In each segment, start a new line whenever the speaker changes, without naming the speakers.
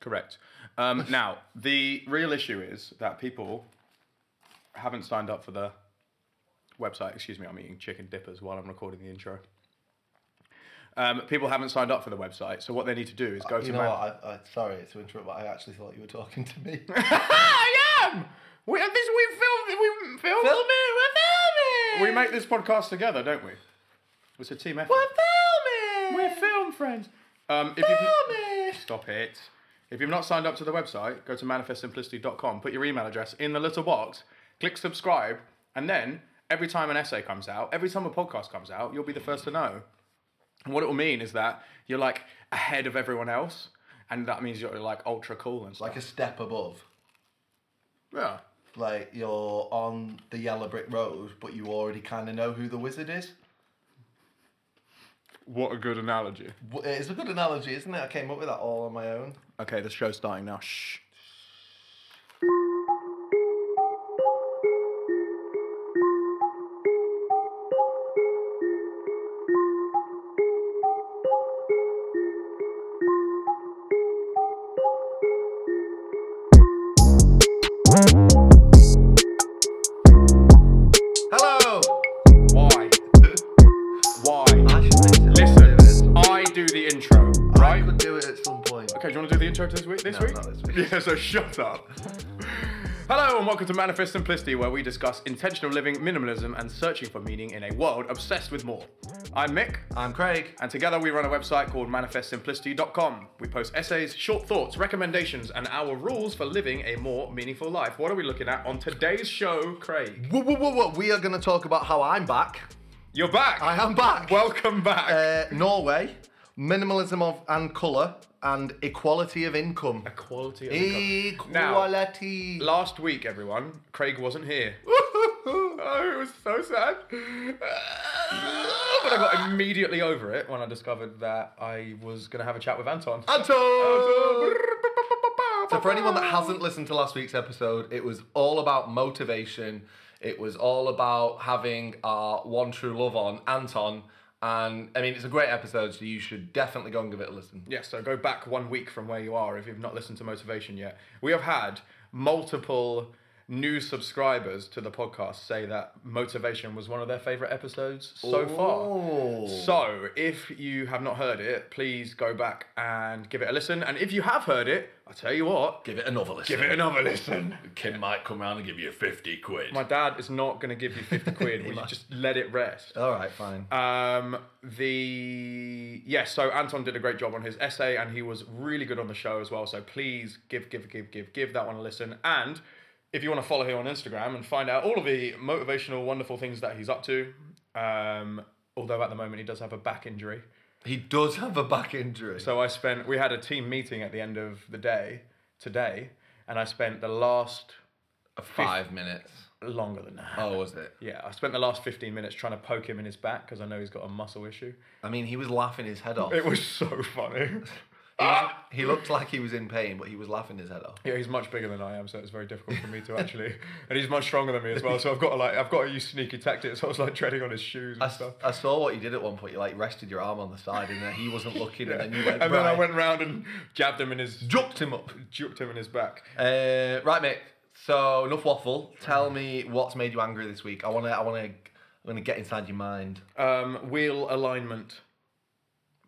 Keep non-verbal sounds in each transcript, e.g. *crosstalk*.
Correct. Um, *laughs* now, the real issue is that people haven't signed up for the website. Excuse me, I'm eating chicken dippers while I'm recording the intro. Um, people haven't signed up for the website, Oh, so Uh, what they need to do is go to.
You know
man-
what? I, I, sorry to interrupt, but I actually thought you were talking to me.
*laughs* I am. We uh, this we film we film
it,
We make this podcast together, don't we? It's a team effort.
film
We're film friends. Um, if you've
it.
Stop it. If you've not signed up to the website, go to manifestsimplicity.com, put your email address in the little box, click subscribe, and then every time an essay comes out, every time a podcast comes out, you'll be the first to know. And what it will mean is that you're like ahead of everyone else, and that means you're like ultra cool and stuff.
Like a step above.
yeah.
Like you're on the yellow brick road, but you already kind of know who the wizard is.
What a good analogy.
W- It's a good analogy, isn't it? I came up with that all on my own.
Okay, the show's starting now. Shh.
Hello.
Why? Why?
I should make some-
Listen, I do the intro,
I
right?
could do it at some point.
Okay, do you want to do the intro to this week? This
No,
week?
not this week.
*laughs* Yeah, so shut up. Hello and welcome to Manifest Simplicity, where we discuss intentional living, minimalism, and searching for meaning in a world obsessed with more. I'm Mick,
I'm Craig.
and together we run a website called manifestsimplicity.com. We post essays, short thoughts, recommendations, and our rules for living a more meaningful life. What are we looking at on today's show, Craig?
Whoa, whoa, whoa, whoa. We are going to talk about how I'm back.
You're back.
I am back.
Welcome back.
uh, Norway, minimalism of and colour, and equality of income.
Equality. of income. Now,
Equality.
last week, everyone, Craig wasn't here. *laughs* Oh, it was so sad. But I got immediately over it when I discovered that I was going to have a chat with Anton.
Anton! So, for anyone that hasn't listened to last week's episode, it was all about motivation. It was all about having our one true love on, Anton. And I mean, it's a great episode, so you should definitely go and give it a listen.
Yeah, so go back one week from where you are if you've not listened to Motivation yet. We have had multiple new subscribers to the podcast say that Motivation was one of their favorite episodes so
Ooh.
far. So if you have not heard it, please go back and give it a listen. And if you have heard it, I'll tell you what,
Give it another listen.
give it another listen.
*laughs* Kim might come round and give you 50 quid.
My dad is not going to give you 50 quid. Would you just let it rest?
all right, fine.
Um, the yes, so Anton did a great job on his essay, and he was really good on the show as well. So please give, give, give, give, give that one a listen. And if you want to follow him on Instagram and find out all of the motivational, wonderful things that he's up to, um, although at the moment he does have a back injury.
He does have a back injury.
So I spent, we had a team meeting at the end of the day today, and I spent the last
five minutes.
longer than that.
Oh, was it?
Yeah, I spent the last 15 minutes trying to poke him in his back because I know he's got a muscle issue.
I mean, he was laughing his head off.
It was so funny.
*laughs* He, was, he looked like he was in pain, but he was laughing his head off.
yeah, he's much bigger than I am, so it's very difficult for me to actually. *laughs* And he's much stronger than me as well, so I've got to like I've got to use sneaky tactics. *laughs* So I was like treading on his shoes
I,
and
s-
stuff.
I saw what you did at one point. You like rested your arm on the side, and then he wasn't looking, and *laughs* then you went.
And then I
right,
went round and jabbed him in his
Jucked him up.
juked him in his back.
Uh, right, mate. So enough waffle. Tell me what's made you angry this week. I wanna, I wanna, I'm gonna get inside your mind.
Um, wheel alignment.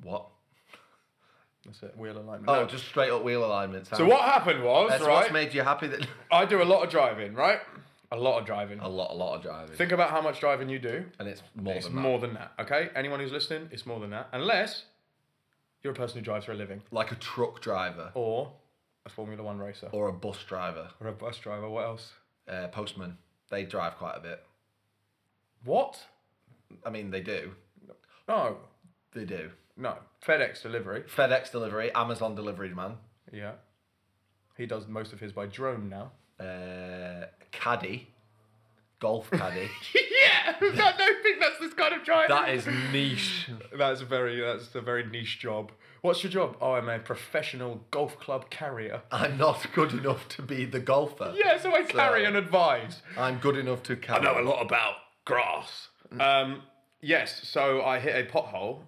What?
That's it. Wheel alignment.
Oh,
No.
just straight up wheel alignment.
so what happened was
That's
right.
what's made you happy. That *laughs*
I do a lot of driving, right? A lot of driving.
a lot, a lot of driving,
Think about how much driving you do.
and it's more
It's
than that.
more than that, okay? Anyone who's listening, it's more than that. Unless you're a person who drives for a living
Like a truck driver
or a Formula One racer
or a bus driver,
or a bus driver. What else?
uh, postman. They drive quite a bit.
What?
I mean, they do.
No,
They do.
no. FedEx delivery.
FedEx delivery, Amazon delivery man,
Yeah. He does most of his by drone now.
uh, caddy,
*laughs*
golf caddy.
*laughs* yeah, I don't think that's this kind of driver.
that is niche.
That's very. That's a very niche job. What's your job? Oh, I'm a professional golf club carrier.
I'm not good enough to be the golfer.
Yeah, so I carry and advise.
I'm good enough to caddy.
know a lot about grass. Um, yes, so I hit a pothole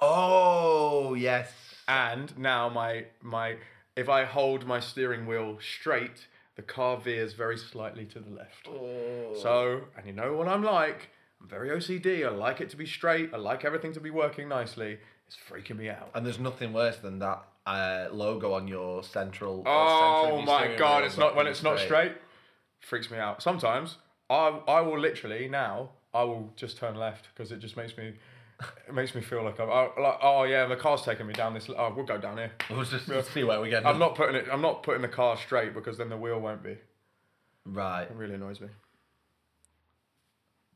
Oh yes.
and now my my if I hold my steering wheel straight, the car veers very slightly to the left.
Oh.
So, and you know what I'm like. I'm very OCD. I like it to be straight. I like everything to be working nicely. It's freaking me out.
And there's nothing worse than that uh, logo on your central. uh, central
Oh
view
my
steering
god,
wheel
it's not when
being
it's not straight. Freaks me out. Sometimes I I will literally now I will just turn left because it just makes me it makes me feel like I'm I, like oh yeah the car's taking me down this oh we'll go down here.
We'll just see where we get.
I'm not putting it I'm not putting the car straight because then the wheel won't be. It
right,
really annoys me.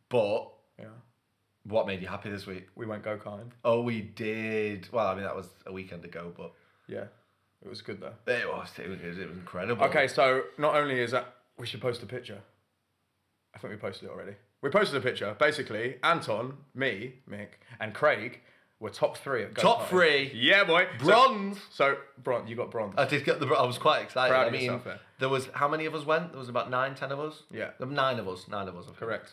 but
Yeah.
what made you happy this week?
We went go karting.
Oh, we did. Well, I mean that was a weekend ago, but
Yeah. It was good though.
it was it was, it was incredible.
Okay, so not only is that we should post a picture. I think we posted it already. We posted a picture. Basically, Anton, me, Mick, and Craig were top three at go
Top three.
Yeah, boy. So-
bronze. Uh,
So, bronze. You got bronze.
I did get the. bro- I was quite excited.
Proud
I
of
mean,
yourself there.
there was how many of us went? There was about nine, ten of us.
Yeah.
Um, nine of us. Nine of us. I think.
Correct.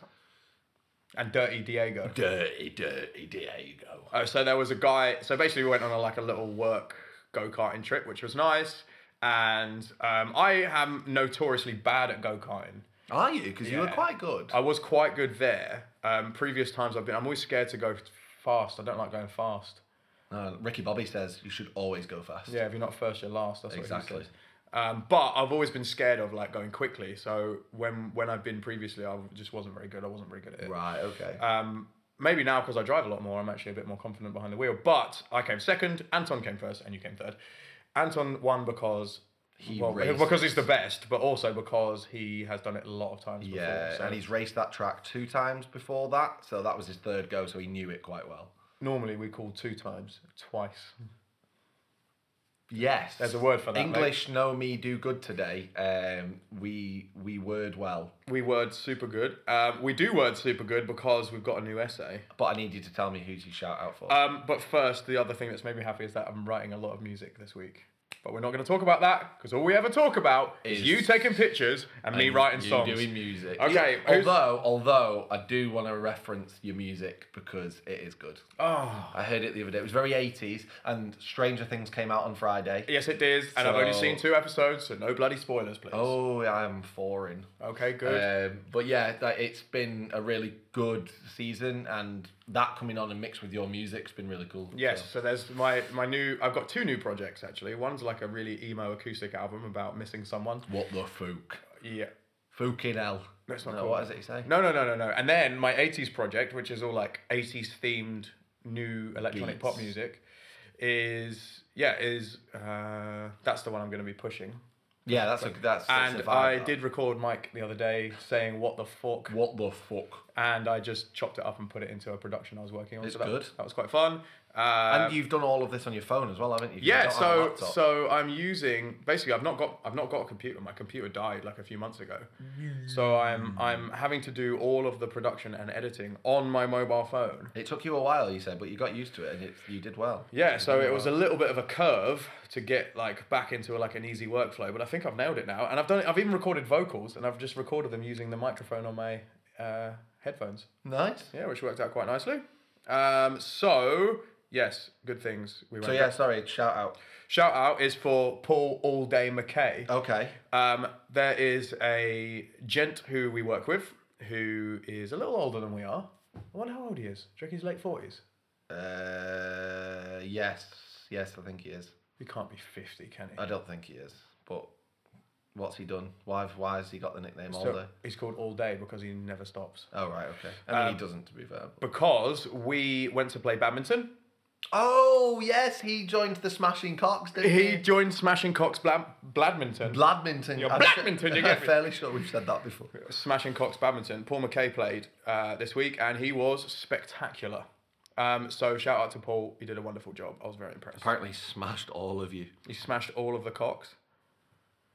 And Dirty Diego.
Dirty, dirty Diego.
Oh, so there was a guy. So basically, we went on a, like a little work go karting trip, which was nice. And um, I am notoriously bad at go karting.
Are you? Because you were
Yeah. Oh.
quite good.
I was quite good there. Um, previous times I've been, I'm always scared to go fast. I don't like going fast.
Uh, Ricky Bobby says you should always go fast.
Yeah, if you're not first, you're last. That's
Exactly.
What he says. um, but I've always been scared of like going quickly. So when when I've been previously, I just wasn't very good. I wasn't very good at it.
Right. Okay.
Um, maybe now because I drive a lot more, I'm actually a bit more confident behind the wheel. But I came second. Anton came first, and you came third. Anton won because
He
well,
raced.
because he's the best, but also because he has done it a lot of times. Before,
yeah,
so
and he's raced that track two times before that, so that was his third go, so he knew it quite well.
normally we call two times twice.
Yes.
There's a word for that, mate.
English know me do good today. Um, we we word well,
We word super good. Um, we do word super good because we've got a new essay.
but I need you to tell me who to shout out for.
Um, but first, the other thing that's made me happy is that I'm writing a lot of music this week. But we're not going to talk about that because all we ever talk about is,
Is-
you taking pictures and, me writing
you
songs.
doing music.
Okay,
Yeah,
who's-
although although I do want to reference your music because it is good.
Oh,
I heard it the other day. It was very 80s, and Stranger Things came out on Friday.
yes, it is. And I've only
So-
seen two episodes, so no bloody spoilers, please.
Oh, I'm foreign.
okay, good.
Um, but yeah, that, it's been a really good season, and that coming on and mixed with your music's been really cool.
Yes,
So,
so there's my my new. I've got two new projects actually. One's like a really emo acoustic album about missing someone.
What the fook?
Yeah,
Fucking hell.
That's not
no,
cool.
What does it say?
No, no, no, no, no. And then my 80s project, which is all like 80s themed new electronic pop
Beats.
music, is, yeah, is, uh, that's the one I'm going to be pushing.
Yeah, that's a that's. that's a
and
vibe,
I
that.
did record Mike the other day saying, what the fuck?
What the fuck?
And I just chopped it up and put it into a production I was working on.
It's
so that,
good.
That was quite fun. Uh,
and you've done all of this on your phone as well, haven't you? You
yeah,
don't have a
so
laptop.
so I'm using basically I've not got I've not got a computer. My computer died like a few months ago. So
Mm.
I'm I'm having to do all of the production and editing on my mobile phone.
It took you a while, you said, but you got used to it, and it, you did well.
Yeah, so it was a little bit of a curve to get like back into like an easy workflow, but I think I've nailed it now. And I've done it. I've even recorded vocals, and I've just recorded them using the microphone on my uh, headphones.
Nice.
Yeah, which worked out quite nicely. Um, so yes, good things. We went
So yeah, sorry. Shout out.
Shout out is for Paul All Day McKay.
Okay.
Um, there is a gent who we work with who is a little older than we are. I wonder how old he is. Do you reckon he's late 40s?
Uh, yes, yes, I think he is.
He can't be 50, can he?
I don't think he is. But what's he done? Why? Why has he got the nickname
So
Aldo?
he's called All Day because he never stops.
Oh right, okay. I
Um,
mean, he doesn't, to be fair. but-
Because we went to play badminton.
Oh yes, he joined the Smashing Cocks, didn't he?
He joined Smashing Cox Blam- Bladminton.
Bladminton.
You're
I'm su-
Bladminton, you get
*laughs* I'm
me.
fairly sure we've said that before.
Smashing Cox Badminton. Paul McKay played uh, this week and he was spectacular. Um, so shout out to Paul. He did a wonderful job. I was very impressed.
Apparently, smashed all of you.
He smashed all of the cocks.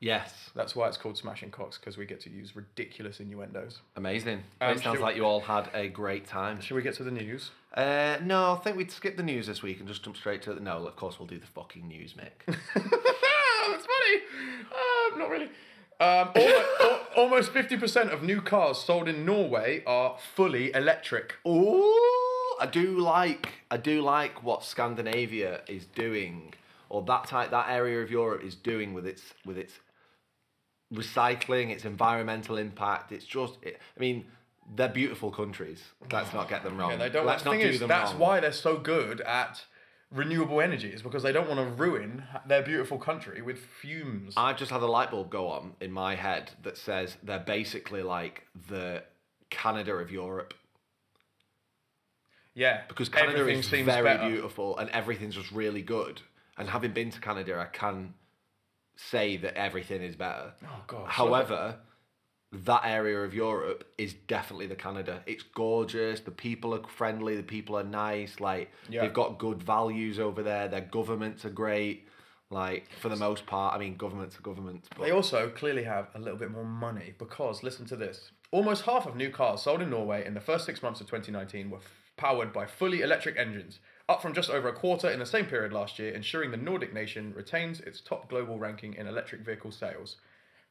Yes,
That's why it's called Smashing Cocks because we get to use ridiculous innuendos.
amazing.
Um,
it sounds
should-
like you all had a great time.
Shall we get to the news? *laughs*
Uh, no, I think we'd skip the news this week and just jump straight to the. No, of course we'll do the fucking
*laughs*
news, Mick.
That's funny. Um, not really. Um, *laughs* almo- al- almost fifty percent of new cars sold in Norway are fully electric.
Ooh, I do like I do like what Scandinavia is doing or that type that area of Europe is doing with its with its recycling, its environmental impact. It's just, it, I mean, they're beautiful countries. Let's not get them wrong.
Yeah, they don't.
Let's
the
not
thing
do
is,
them
that's
wrong.
why they're so good at renewable energy is because they don't want to ruin their beautiful country with fumes.
I've just had a light bulb go on in my head that says they're basically like the Canada of Europe
yeah,
because Canada
everything
is
seems
very
better.
beautiful and everything's just really good. And having been to Canada, I can say that everything is better.
Oh god.
However, that area of Europe is definitely the Canada. It's gorgeous. The people are friendly. The people are nice. Like
Yeah.
they've got good values over there. Their governments are great. Like for the most part, I mean, governments are governments. But
They also clearly have a little bit more money because listen to this. Almost half of new cars sold in Norway in the first six months of 2019 were f- powered by fully electric engines, up from just over a quarter in the same period last year, ensuring the Nordic nation retains its top global ranking in electric vehicle sales.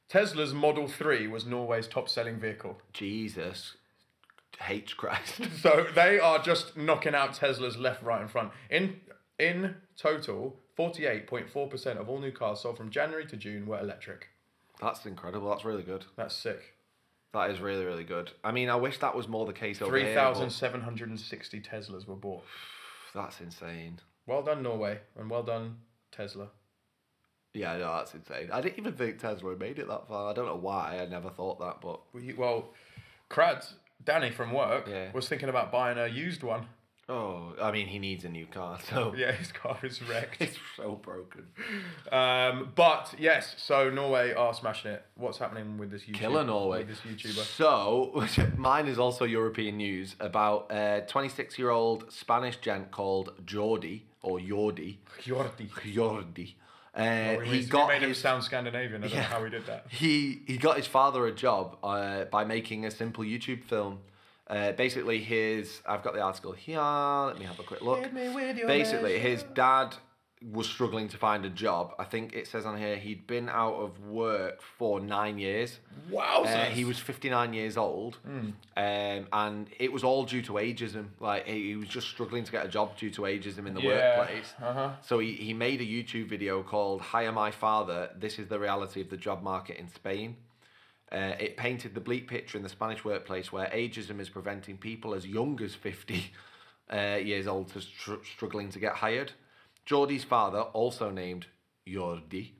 Tesla's Model 3 was Norway's top selling vehicle.
Jesus, H Christ. *laughs*
So they are just knocking out Tesla's left, right, and front. In in total, 48.4% of all new cars sold from January to June were electric.
That's incredible. That's really good.
That's sick.
That is really really good. I mean, I wish that was more the case over here. but
3,760 Teslas were bought.
That's insane.
Well done, Norway, and well done, Tesla.
Yeah, no, that's insane. I didn't even think Tesla had made it that far. I don't know why. I never thought that, but
Well, you- Well, Crad, Danny from work,
Yeah.
was thinking about buying a used one.
oh, I mean, he needs a new car, *laughs* so
Yeah, *laughs* his car is wrecked.
it's so broken.
um, but yes, so Norway are smashing it. What's happening with this YouTuber?
Killer Norway.
With this
*laughs*
YouTuber.
So, mine is also European news about a 26 year old Spanish gent called Jordi, or Jordi. *laughs*
Jordi.
Jordi. Uh,
We,
he
we
got
made him
his,
sound Scandinavian. I don't
Yeah. Uh,
know how we did that.
he he got his father a job uh, by making a simple YouTube film. Uh, basically, his I've got the article here. Let me have a quick look.
Hit me with your
Basically,
measure.
his dad was struggling to find a job. I think it says on here he'd been out of work for nine years.
Wow.
Uh, he was 59 years old,
Hmm.
um, and it was all due to ageism. Like he, he was just struggling to get a job due to ageism in the
Yeah,
workplace.
uh-huh.
So he, he made a YouTube video called "Hi, am I father? This is the reality of the job market in Spain." Uh, it painted the bleak picture in the Spanish workplace where ageism is preventing people as young as 50 *laughs* uh, years old to str- struggling to get hired. Jordi's father, also named Jordi,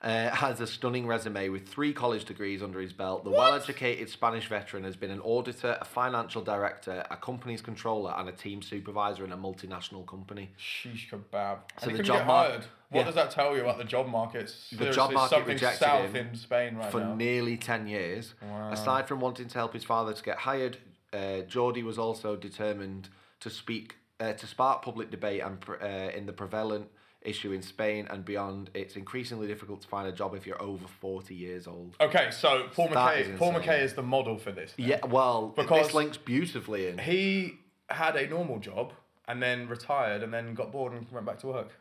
uh, has a stunning resume with three college degrees under his belt. The well educated Spanish veteran has been an auditor, a financial director, a company's controller, and a team supervisor in a multinational company.
Sheesh kebab. and he
So the
couldn't
job
get
mar-
hired. What
yeah.
does that tell you about the job market? Seriously,
job market
something
rejected
south
him
in Spain right
for
now.
nearly 10 years. Aside from wanting to help his father to get hired, uh, Geordie was also determined to speak, uh, to spark public debate and pr- uh, in the prevalent issue in Spain and beyond. It's increasingly difficult to find a job if you're over 40 years old.
okay, so Paul
That is
McKay. Paul
insane.
McKay is the model for this. then.
Yeah, well,
Because-
this links beautifully in.
He had a normal job and then retired and then got bored and went back to work.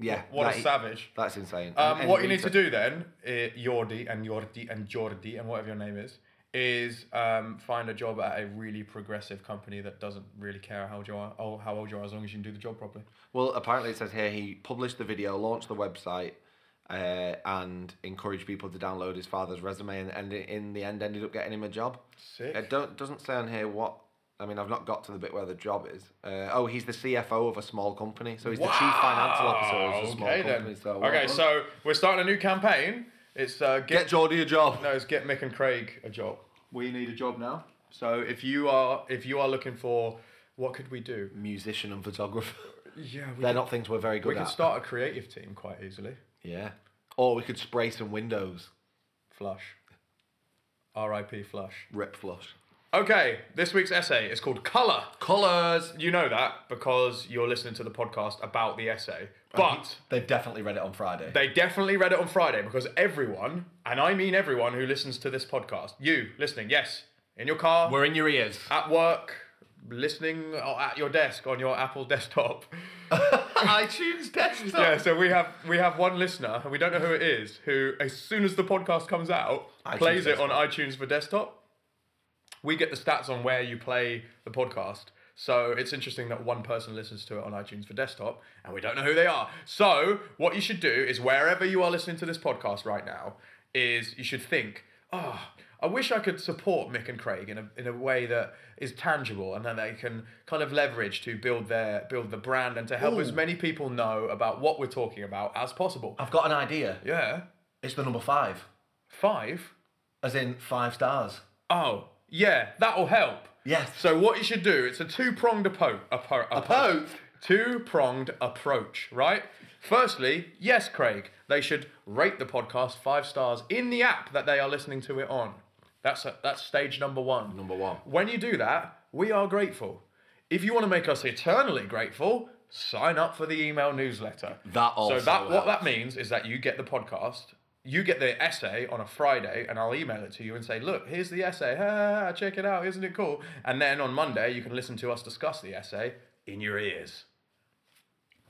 Yeah.
What
that-
a savage.
That's insane.
Um,
And
what you need to do
research-
then, uh, Jordi and Jordi and Jordi and whatever your name is, is um, find a job at a really progressive company that doesn't really care how old you are, oh, how old you are, as long as you can do the job properly.
Well, apparently it says here he published the video, launched the website, uh, and encouraged people to download his father's resume, and, and in the end ended up getting him a job.
Sick.
It don't, doesn't say on here what. I mean, I've not got to the bit where the job is. Uh, oh, he's the CFO of a small company, so he's the chief financial officer of a small
Ah, okay then.
company. So well
okay,
done.
so we're starting a new campaign. It's uh, get,
get Geordie a job.
no, it's get Mick and Craig a job. We need a job now. So if you are if you are looking for what could we do?
Musician and photographer.
Yeah, we
They're
could,
not things we're very good
we
at.
could start a creative team quite easily.
Yeah. Or we could spray some windows.
Flush. R.I.P. Flush.
Rip flush.
Okay, this week's essay is called Color.
Colours.
You know that because you're listening to the podcast about the essay. But
They've definitely read it on Friday.
They definitely read it on Friday because everyone, and I mean everyone who listens to this podcast, you listening, yes, in your car,
We're in your ears.
at work, listening or at your desk on your Apple desktop. *laughs*
iTunes desktop.
Yeah, so we have we have one listener, and we don't know who it is, who as soon as the podcast comes out,
iTunes
plays it on iTunes for desktop. We get the stats on where you play the podcast. So it's interesting that one person listens to it on iTunes for desktop, and we don't know who they are. So what you should do is wherever you are listening to this podcast right now, is you should think, oh, I wish I could support Mick and Craig in a, in a way that is tangible and that they can kind of leverage to build their build the brand and to help as many people know about what we're talking about as possible.
I've got an idea.
Yeah.
It's the number five,
Five.
as in five stars.
Oh, yeah, that'll help.
Yes.
So what you should do, it's a two-pronged approach.
Approach?
Two-pronged approach, right? Firstly, yes, Craig, they should rate the podcast five stars in the app that they are listening to it on. That's that's stage number one.
Number one.
When you do that, we are grateful. If you want to make us eternally grateful, sign up for the email newsletter.
That also
So that what
helps.
that means is that you get the podcast, you get the essay on a Friday, and I'll email it to you and say, look, here's the essay. Ah, check it out. Isn't it cool? And then on Monday, you can listen to us discuss the essay in your ears.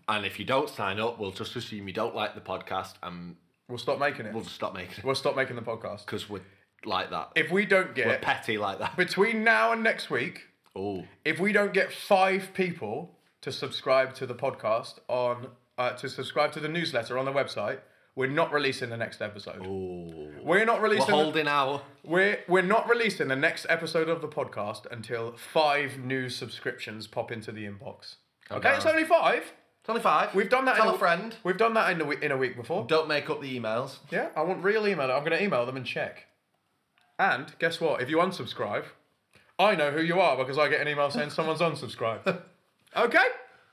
And if you don't sign up, we'll just assume you don't like the podcast and
We'll stop making it.
we'll
We'll,
just stop making it
stop making the podcast.
because we're like that.
If we don't
we're
get
petty like that.
between now and next week,
Oh,
if we don't get five people to subscribe to the podcast on uh, to subscribe to the newsletter on the website, we're not releasing the next episode. We're not
we're
releasing. the-
holding our.
We're we're not releasing the next episode of the podcast until five new subscriptions pop into the inbox. Okay, it's only five.
It's only five.
We've done that.
Oh, Tell
in
a, friend.
We've done that in a, we- in a week before.
Don't make up the emails.
Yeah, I want real email. I'm going to email them and check. And guess what? If you unsubscribe, I know who you are because I get an email saying
*laughs*
someone's unsubscribed. okay.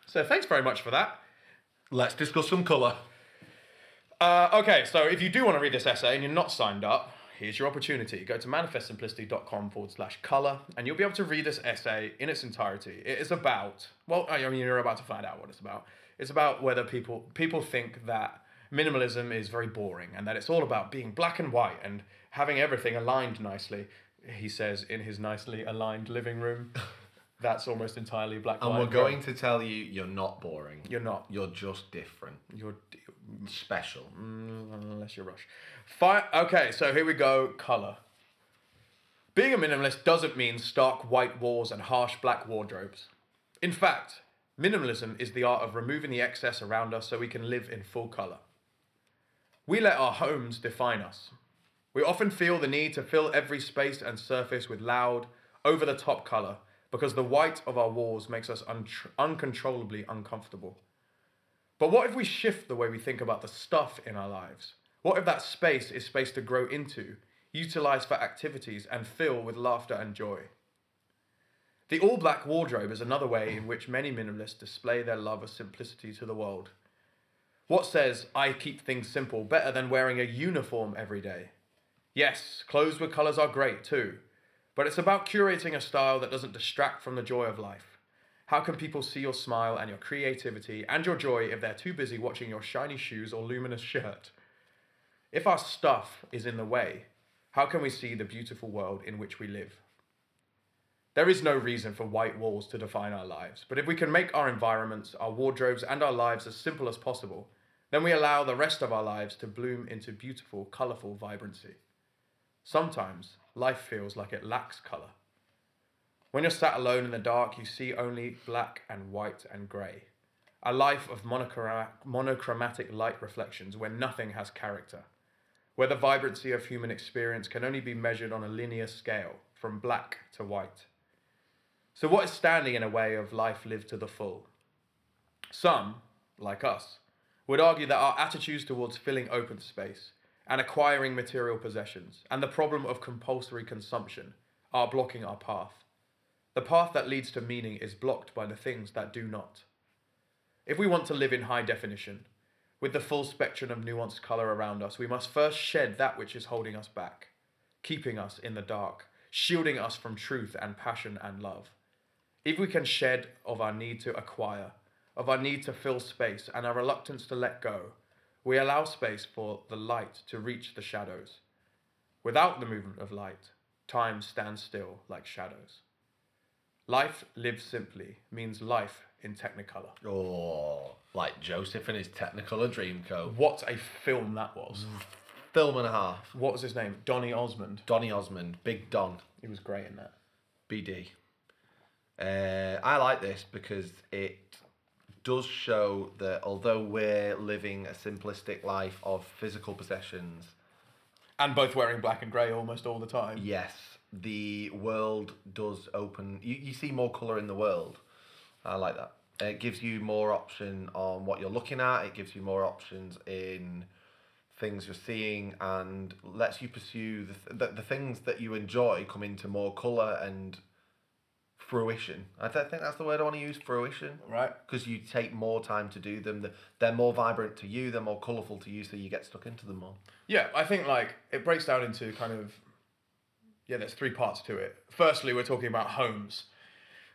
So thanks very much for that.
Let's discuss some colour.
Uh, okay, so if you do want to read this essay and you're not signed up, here's your opportunity. Go to manifestsimplicity.com forward slash colour and you'll be able to read this essay in its entirety. It is about, well, I mean, you're about to find out what it's about. It's about whether people people think that minimalism is very boring and that it's all about being black and white and having everything aligned nicely. He says in his nicely aligned living room. *laughs* That's almost entirely black
And
white.
we're going to tell you you're not boring.
You're not.
You're just different.
You're
Special.
unless you're Rush. Fire. Okay, so here we go. Color. Being a minimalist doesn't mean stark white walls and harsh black wardrobes. In fact, minimalism is the art of removing the excess around us so we can live in full color. We let our homes define us. We often feel the need to fill every space and surface with loud, over the top color because the white of our walls makes us untr uncontrollably uncomfortable. But what if we shift the way we think about the stuff in our lives? What if that space is space to grow into, utilize for activities, and fill with laughter and joy? The all black wardrobe is another way in which many minimalists display their love of simplicity to the world. What says, I keep things simple better than wearing a uniform every day? Yes, clothes with colours are great too, but it's about curating a style that doesn't distract from the joy of life. How can people see your smile and your creativity and your joy if they're too busy watching your shiny shoes or luminous shirt? If our stuff is in the way, how can we see the beautiful world in which we live? There is no reason for white walls to define our lives, but if we can make our environments, our wardrobes, and our lives as simple as possible, then we allow the rest of our lives to bloom into beautiful, colourful vibrancy. Sometimes life feels like it lacks colour. When you're sat alone in the dark, you see only black and white and grey. A life of monochra- monochromatic light reflections where nothing has character. Where the vibrancy of human experience can only be measured on a linear scale, from black to white. So, what is standing in a way of life lived to the full? Some, like us, would argue that our attitudes towards filling open space and acquiring material possessions and the problem of compulsory consumption are blocking our path. The path that leads to meaning is blocked by the things that do not. If we want to live in high definition, with the full spectrum of nuanced colour around us, we must first shed that which is holding us back, keeping us in the dark, shielding us from truth and passion and love. If we can shed of our need to acquire, of our need to fill space, and our reluctance to let go, we allow space for the light to reach the shadows. Without the movement of light, time stands still like shadows. Life lived simply means life in technicolor.
Oh, like Joseph and his Technicolor Dreamcoat.
What a film that was.
Film and a half.
What was his name? Donny Osmond.
Donny Osmond, Big Don,
He was great in that.
BD.
Uh, I like this because it does show that although we're living a simplistic life of physical possessions,
And both wearing black and grey almost all the time.
yes, the world does open. You, you see more colour in the world. I like that. It gives you more option on what you're looking at, it gives you more options in things you're seeing, and lets you pursue the, th- the, the things that you enjoy come into more colour and fruition. I th- think that's the word I want to use fruition
Right?
because you take more time to do them. The- They're more vibrant to you. They're more colourful to you, so you get stuck into them more.
Yeah, I think like it breaks down into kind of yeah, there's three parts to it. Firstly, we're talking about homes.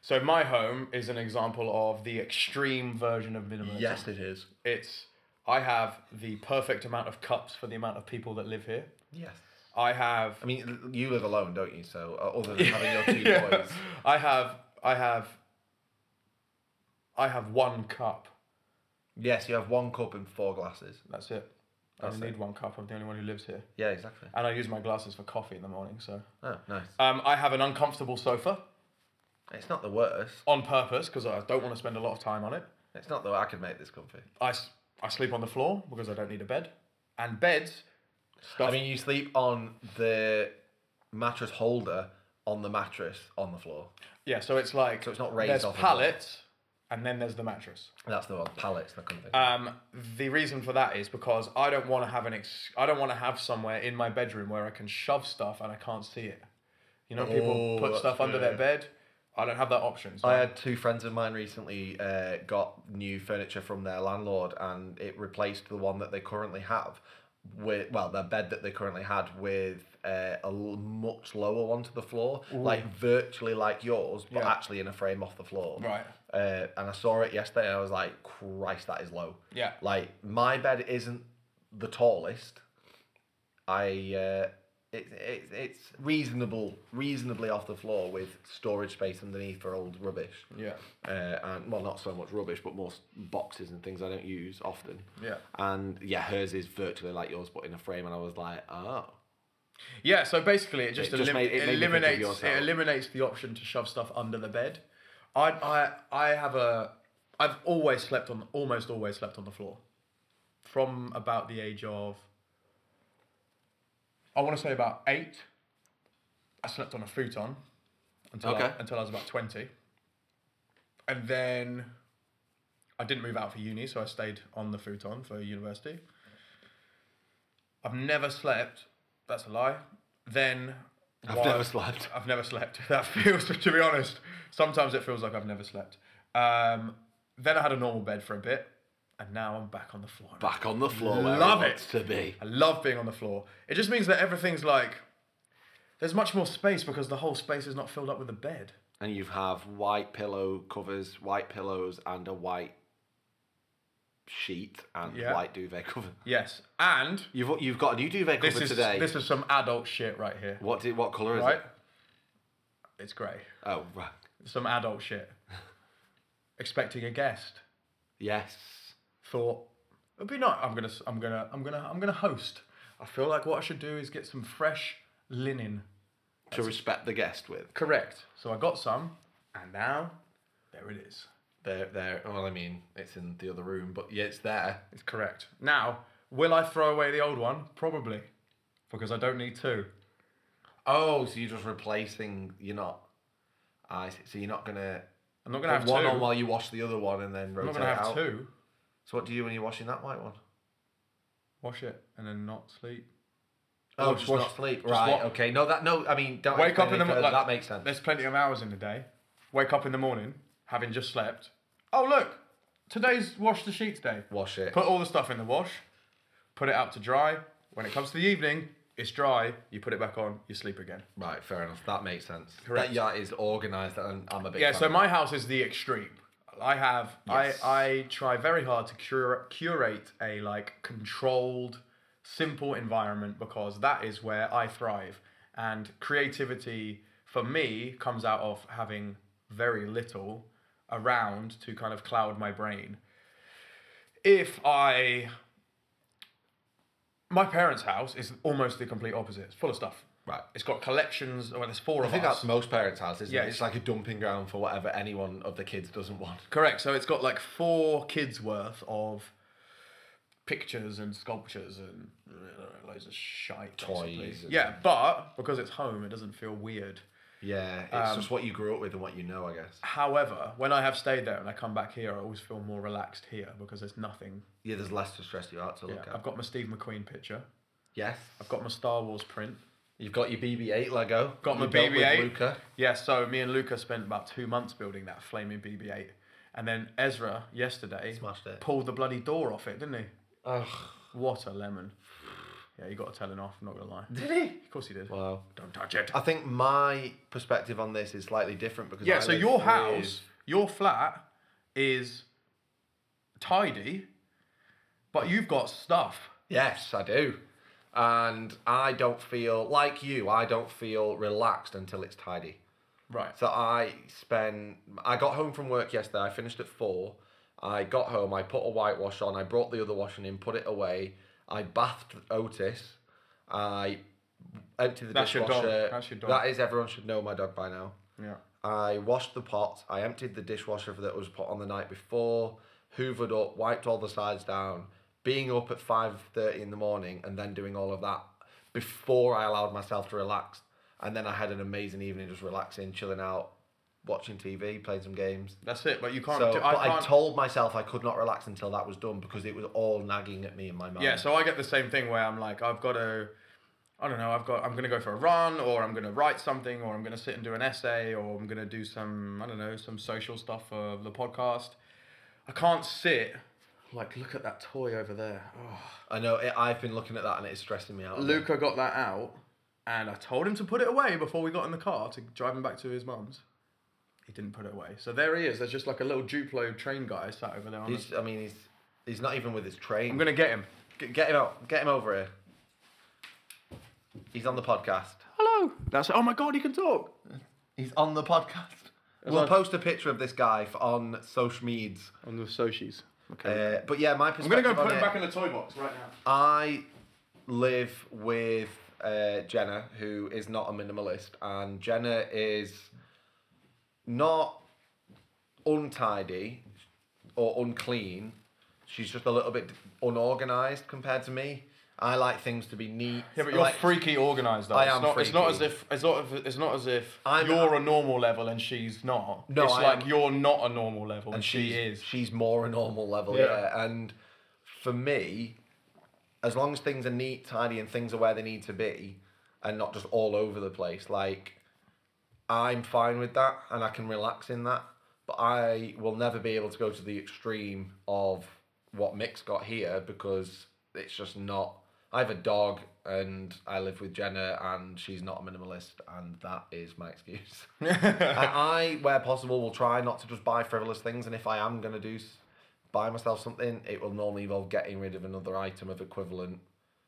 So my home is an example of the extreme version of minimalism.
it is.
It's I have the perfect amount of cups for the amount of people that live here.
Yes.
I have
I mean, l- you live alone, don't you? So uh, other than having your
*laughs*
two
Yeah.
boys,
I have I have I have one cup.
yes, you have one cup and four glasses.
That's it. I
That's
only need one cup. I'm the only one who lives here.
Yeah, exactly.
And I use my glasses for coffee in the morning, so
Oh, nice.
um, I have an uncomfortable sofa
It's not the worst.
on purpose because I don't want to spend a lot of time on it.
It's not the I could make this comfy.
I, s- I sleep on the floor because I don't need a bed. And beds, stuff.
I mean, you sleep on the mattress holder on the mattress on the floor.
yeah, so it's like
So it's not raised
there's
off of
pallets, and then there's the mattress.
That's the one. Pallets, that kind of thing.
Um, the reason for that is because I don't want to have an ex- I don't want to have somewhere in my bedroom where I can shove stuff and I can't see it. You know, people
Oh,
put
that's
stuff under
good.
their bed. I don't have that option. So
I had two friends of mine recently uh, got new furniture from their landlord, and it replaced the one that they currently have with well their bed that they currently had with uh, a l- much lower one to the floor, like virtually like yours, but
Yeah.
actually in a frame off the floor.
Right.
Uh, and I saw it yesterday, and I was like, "Christ, that is low."
Yeah.
Like my bed isn't the tallest. I. Uh, it, it, it's reasonable, reasonably off the floor with storage space underneath for old rubbish
yeah,
uh, and well, not so much rubbish, but more s- boxes and things I don't use often.
Yeah.
And yeah, hers is virtually like yours, but in a frame. And I was like, oh,
yeah. So basically, it just,
It just
elim-
made- it made me think of
eliminates
yourself.
it eliminates the option to shove stuff under the bed. I I I have a I've always slept on almost always slept on the floor, from about the age of I want to say about eight. I slept on a futon until I,
Okay.
until I was about twenty, and then I didn't move out for uni, so I stayed on the futon for university. I've never slept. That's a lie. Then
I've
while-
never slept.
I've never slept. *laughs* That feels, to be honest, sometimes it feels like I've never slept. Um, then I had a normal bed for a bit, and now I'm back on the floor.
Back on the floor. Where
Love
Love it
it.
to be.
I love being on the floor. It just means that everything's like there's much more space because the whole space is not filled up with a bed.
And you have white pillow covers, white pillows, and a white sheet and
Yeah.
white duvet cover.
Yes, and
You've you've got a new duvet
this
cover
is
today.
this is some adult shit right here,
what did what color is
right?
it?
It's grey.
Oh, right.
Some adult shit. *laughs* Expecting a guest.
Yes.
thought it'd be nice. I'm gonna, s- I'm gonna, I'm gonna, I'm gonna host. I feel like what I should do is get some fresh linen.
To respect the guest with.
Correct. So I got some, and now there it is.
There, there. Well, I mean, it's in the other room, but yeah, it's there.
It's correct. Now, will I throw away the old one? Probably, because I don't need two.
Oh, so you're just replacing. You're not. I see. So you're not gonna.
I'm not
Put
gonna have
one
two.
on while you wash the other one, and then
I'm not
rotate
gonna have
out.
two.
So what do you do when you're washing that white one?
Wash it and then not sleep.
Oh,
Or
just
wash-
not sleep.
just
Right.
wa-
Okay. No, that. No. I mean, don't
Wake
explain
up in the
any
morning.
further, that makes sense.
There's plenty of hours in the day. Wake up in the morning, having just slept. Oh look, today's wash the sheets day.
Wash it.
Put all the stuff in the wash, put it out to dry. When it comes to the evening, it's dry. You put it back on, you sleep again.
right. Fair enough. That makes sense.
Correct.
That yeah is organised, and I'm a big.
Yeah,
fan
so
of
my house is the extreme. I have
Yes.
I I try very hard to cura- curate a like controlled, simple environment because that is where I thrive. And creativity for me comes out of having very little around to kind of cloud my brain. If I my parents' house is almost the complete opposite. It's full of stuff.
that. Right.
It's got collections. Well, there's four
I
of
think
us.
that's most parents' houses. Yeah,
Yeah.
it? it's like a dumping ground for whatever anyone of the kids doesn't want.
Correct. So it's got like four kids worth of pictures and sculptures and uh, loads of shite. basically.
Toys and-
Yeah, but because it's home, it doesn't feel weird.
Yeah,
It's just what you grew up with and what you know, I guess.
However, when I have stayed there and I come back here, I always feel more relaxed here because there's nothing.
Yeah, there's less to stress you out to
Yeah,
look
I've
at.
got my Steve McQueen picture.
yes.
I've got my Star Wars print.
You've got your BB-8 Lego.
Got my
You built with
BB-8.
Luca.
Yeah, so me and Luca spent about two months building that flaming BB-8, and then Ezra yesterday
Smashed it.
pulled the bloody door off it, didn't he?
Ugh.
What a lemon! *sighs* Yeah, you got to tell him off. I'm not gonna lie.
Did he?
Of course he did.
Wow.
Don't touch it.
I think my perspective on this is slightly different because
Yeah,
I
so
live
your
with-
house, your flat is tidy, but you've got stuff.
Yes, I do. And I don't feel like you. I don't feel relaxed until it's tidy.
Right.
So I spent. I got home from work yesterday. I finished at four. I got home. I put a whitewash on. I brought the other washing in. Put it away. I bathed Otis. I emptied the
That's your dog.
dishwasher.
That's your dog.
That is. Everyone should know my dog by now.
Yeah.
I washed the pots. I emptied the dishwasher that was put on the night before. Hoovered up. Wiped all the sides down. Being up at five thirty in the morning and then doing all of that before I allowed myself to relax. And then I had an amazing evening, just relaxing, chilling out, watching TV, playing some games.
That's it. But you can't.
So,
do,
but
I
I,
can't.
told myself I could not relax until that was done because it was all nagging at me in my mind.
yeah. So I get the same thing where I'm like, I've got to. I don't know. I've got. I'm gonna go for a run, or I'm gonna write something, or I'm gonna sit and do an essay, or I'm gonna do some. I don't know. Some social stuff for the podcast. I can't sit. Like, look at that toy over there. Oh.
I know. It, I've been looking at that and it's stressing me out. a bit.
Luca got that out, and I told him to put it away before we got in the car to drive him back to his mum's. He didn't put it away. So there he is. There's just like a little Duplo train guy sat over there. On the...
He's, I mean, he's he's not even with his train.
I'm gonna get him.
G- get him out. Get him over here. He's on the podcast.
Hello. That's oh my god, he can talk.
He's on the podcast. We'll post a picture of this guy f on social medias.
On the socials. Okay.
Uh, but yeah, my
I'm
perspective.
gonna go
on
put him
it-
back in the toy box right now.
I live with uh, Jenna, who is not a minimalist, and Jenna is not untidy or unclean. She's just a little bit unorganized compared to me. I like things to be neat.
Yeah, but
I
you're
like-
freaky organised though.
I
it's
am
not, It's not as
freaky.
if it's not as, it's not as if
I'm-
you're a normal level and she's not.
No,
it's
I
like
am-
you're not a normal level and
and
she
she's-
is.
She's more a normal level,
Yeah.
yeah. And for me, as long as things are neat, tidy, and things are where they need to be, and not just all over the place, like I'm fine with that, and I can relax in that. But I will never be able to go to the extreme of what Mick's got here because it's just not. I have a dog, and I live with Jenna, and she's not a minimalist, and that is my *laughs* excuse. I, I, where possible, will try not to just buy frivolous things, and if I am going to do s- buy myself something, it will normally involve getting rid of another item of equivalent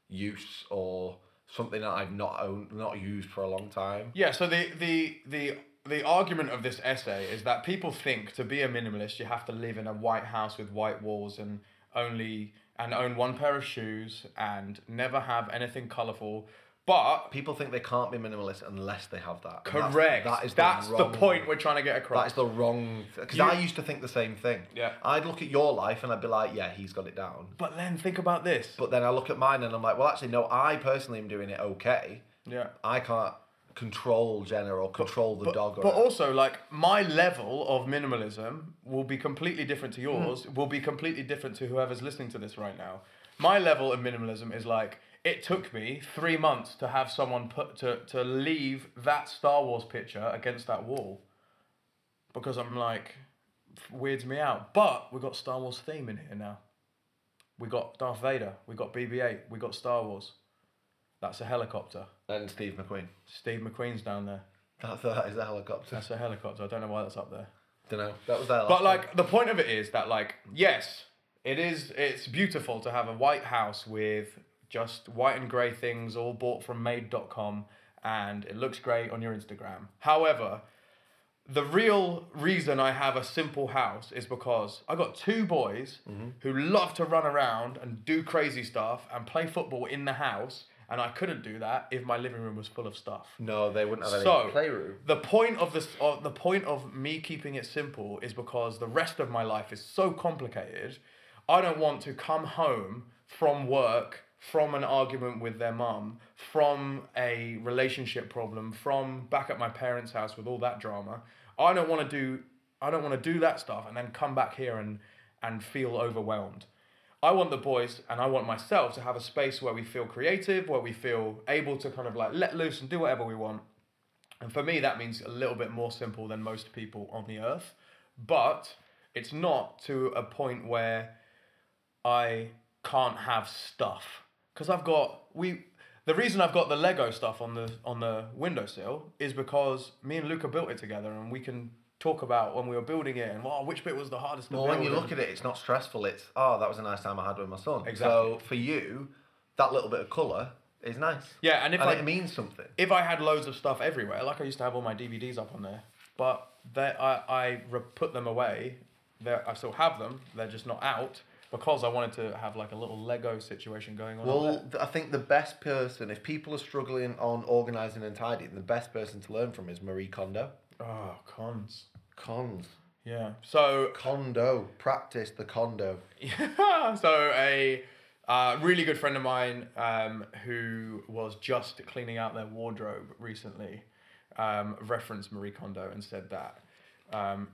use or something that I've not owned, not used for a long time.
Yeah, so the the the the argument of this essay is that people think to be a minimalist you have to live in a white house with white walls and only and own one pair of shoes and never have anything colorful. But
People think they can't be minimalist unless they have that. and that's-
correct. That's,
that is
the,
wrong-
point we're trying to get across.
That is the wrong. Because
You-
I used to think the same thing.
Yeah.
I'd look at your life and I'd be like, yeah, he's got it down.
but then think about this.
But then I look at mine and I'm like, well, actually, no, I personally am doing it okay.
yeah.
I can't control Jenna or control the dog. Or
But also, like my level of minimalism will be completely different to yours. Will be completely different to whoever's listening to this right now. My level of minimalism is like it took me three months to have someone put to to leave that Star Wars picture against that wall because I'm like weirds me out. But we got Star Wars theme in here now. We got Darth Vader. We got BB-8. We got Star Wars. That's a helicopter.
and Steve McQueen.
Steve McQueen's down there.
That, that is a helicopter.
That's a helicopter. I don't know why that's up there.
don't know. That was their last
But
one.
like the point of it is that like yes, it is it's beautiful to have a white house with just white and grey things all bought from made.com and it looks great on your Instagram. However, the real reason I have a simple house is because I got two boys who love to run around and do crazy stuff and play football in the house and I couldn't do that if my living room was full of stuff.
No, they wouldn't have any
So
playroom.
the point of this, uh, the point of me keeping it simple is because the rest of my life is so complicated. I don't want to come home from work from an argument with their mum, from a relationship problem, from back at my parents' house with all that drama. I don't want to do. I don't want to do that stuff and then come back here and and feel overwhelmed. I want the boys and I want myself to have a space where we feel creative, where we feel able to kind of like let loose and do whatever we want. And for me, that means a little bit more simple than most people on the earth. But it's not to a point where I can't have stuff because I've got we. The reason I've got the Lego stuff on the on the windowsill is because me and Luca built it together, and we can talk about when we were building it and well, which bit was the hardest. to
Well, when you
build
look
and-
at it, it's not stressful. It's oh, that was a nice time I had with my son.
Exactly.
So for you, that little bit of colour is nice.
Yeah, and if
and
I-
it means something.
if I had loads of stuff everywhere, like I used to have all my DVDs up on there, but that I I re- put them away. They're, I still have them. They're just not out because I wanted to have like a little Lego situation going on. up
Well,
there.
th- I think the best person, if people are struggling on organising and tidying, the best person to learn from is Marie Kondo.
oh cons.
Cons.
Yeah. So
Kondo. Practice the Kondo.
*laughs* so a uh, really good friend of mine um, who was just cleaning out their wardrobe recently um, referenced Marie Kondo and said that um,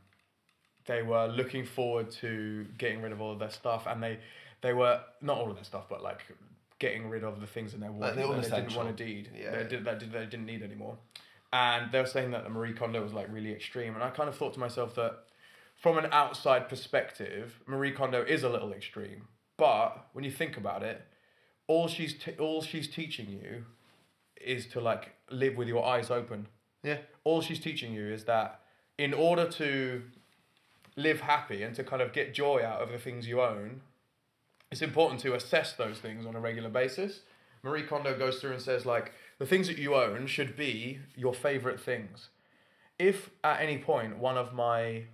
they were looking forward to getting rid of all of their stuff and they they were not all of their stuff but like getting rid of the things in their wardrobe
the
that they didn't
unessential.
want to deed
Yeah.
they did, that did, they didn't need anymore and they were saying that the Marie Kondo was like really extreme and I kind of thought to myself that from an outside perspective Marie Kondo is a little extreme but when you think about it all she's t- all she's teaching you is to like live with your eyes open
Yeah.
all she's teaching you is that in order to live happy and to kind of get joy out of the things you own, it's important to assess those things on a regular basis. Marie Kondo goes through and says, like, the things that you own should be your favorite things. If at any point one of my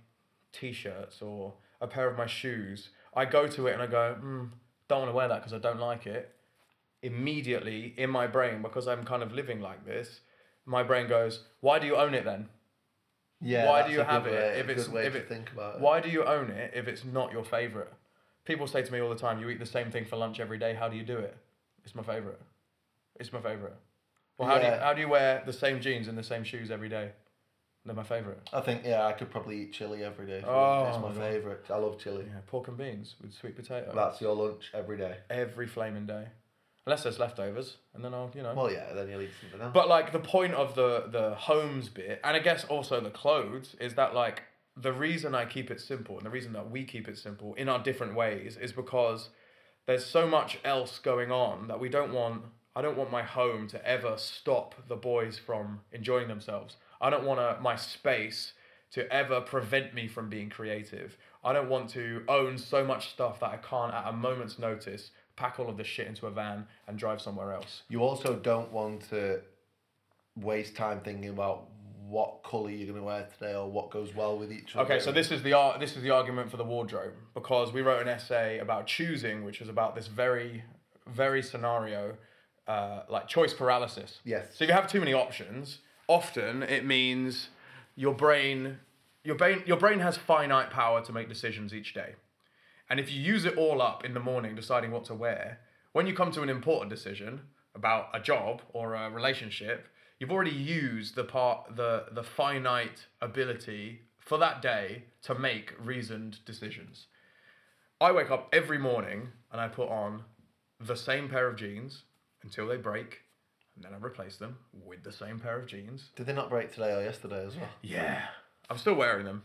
t shirts or a pair of my shoes, I go to it and I go, mm, don't want to wear that because I don't like it, immediately in my brain, because I'm kind of living like this, my brain goes, why do you own it then?
Yeah.
why
that's
do you
a good
have
way-
it
a
if it's
good way
if
to
it,
think about it.
why do you own it if it's not your favorite people say to me all the time you eat the same thing for lunch every day how do you do it it's my favorite it's my favorite well how do you
Yeah.
how do you wear the same jeans and the same shoes every day they're my favorite
I think yeah, I could probably eat chili every day. for
Oh,
lunch. it's
my
my
God.
favorite. I love chili.
yeah pork and beans with sweet potato
That's your lunch every day.
every flaming day unless there's leftovers and then i'll you know
Well, yeah, then you'll eat something else.
But like the point of the the homes bit, and I guess also the clothes, is that like the reason I keep it simple and the reason that we keep it simple in our different ways is because there's so much else going on that we don't want. I don't want my home to ever stop the boys from enjoying themselves. I don't want to, my space to ever prevent me from being creative. I don't want to own so much stuff that I can't, at a moment's notice, pack all of this shit into a van and drive somewhere else.
you also don't want to waste time thinking about what color you're going to wear today or what goes well with each other.
Okay, so this is the ar- this is the argument for the wardrobe because we wrote an essay about choosing, which was about this very very scenario, uh, like choice paralysis.
Yes.
So if you have too many options, often it means your brain your brain your brain has finite power to make decisions each day, and if you use it all up in the morning deciding what to wear, when you come to an important decision about a job or a relationship, you've already used the part the the finite ability for that day to make reasoned decisions. I wake up every morning and I put on the same pair of jeans until they break, and then I replace them with the same pair of jeans.
Did they not break today or yesterday as well?
Yeah. I'm still wearing them.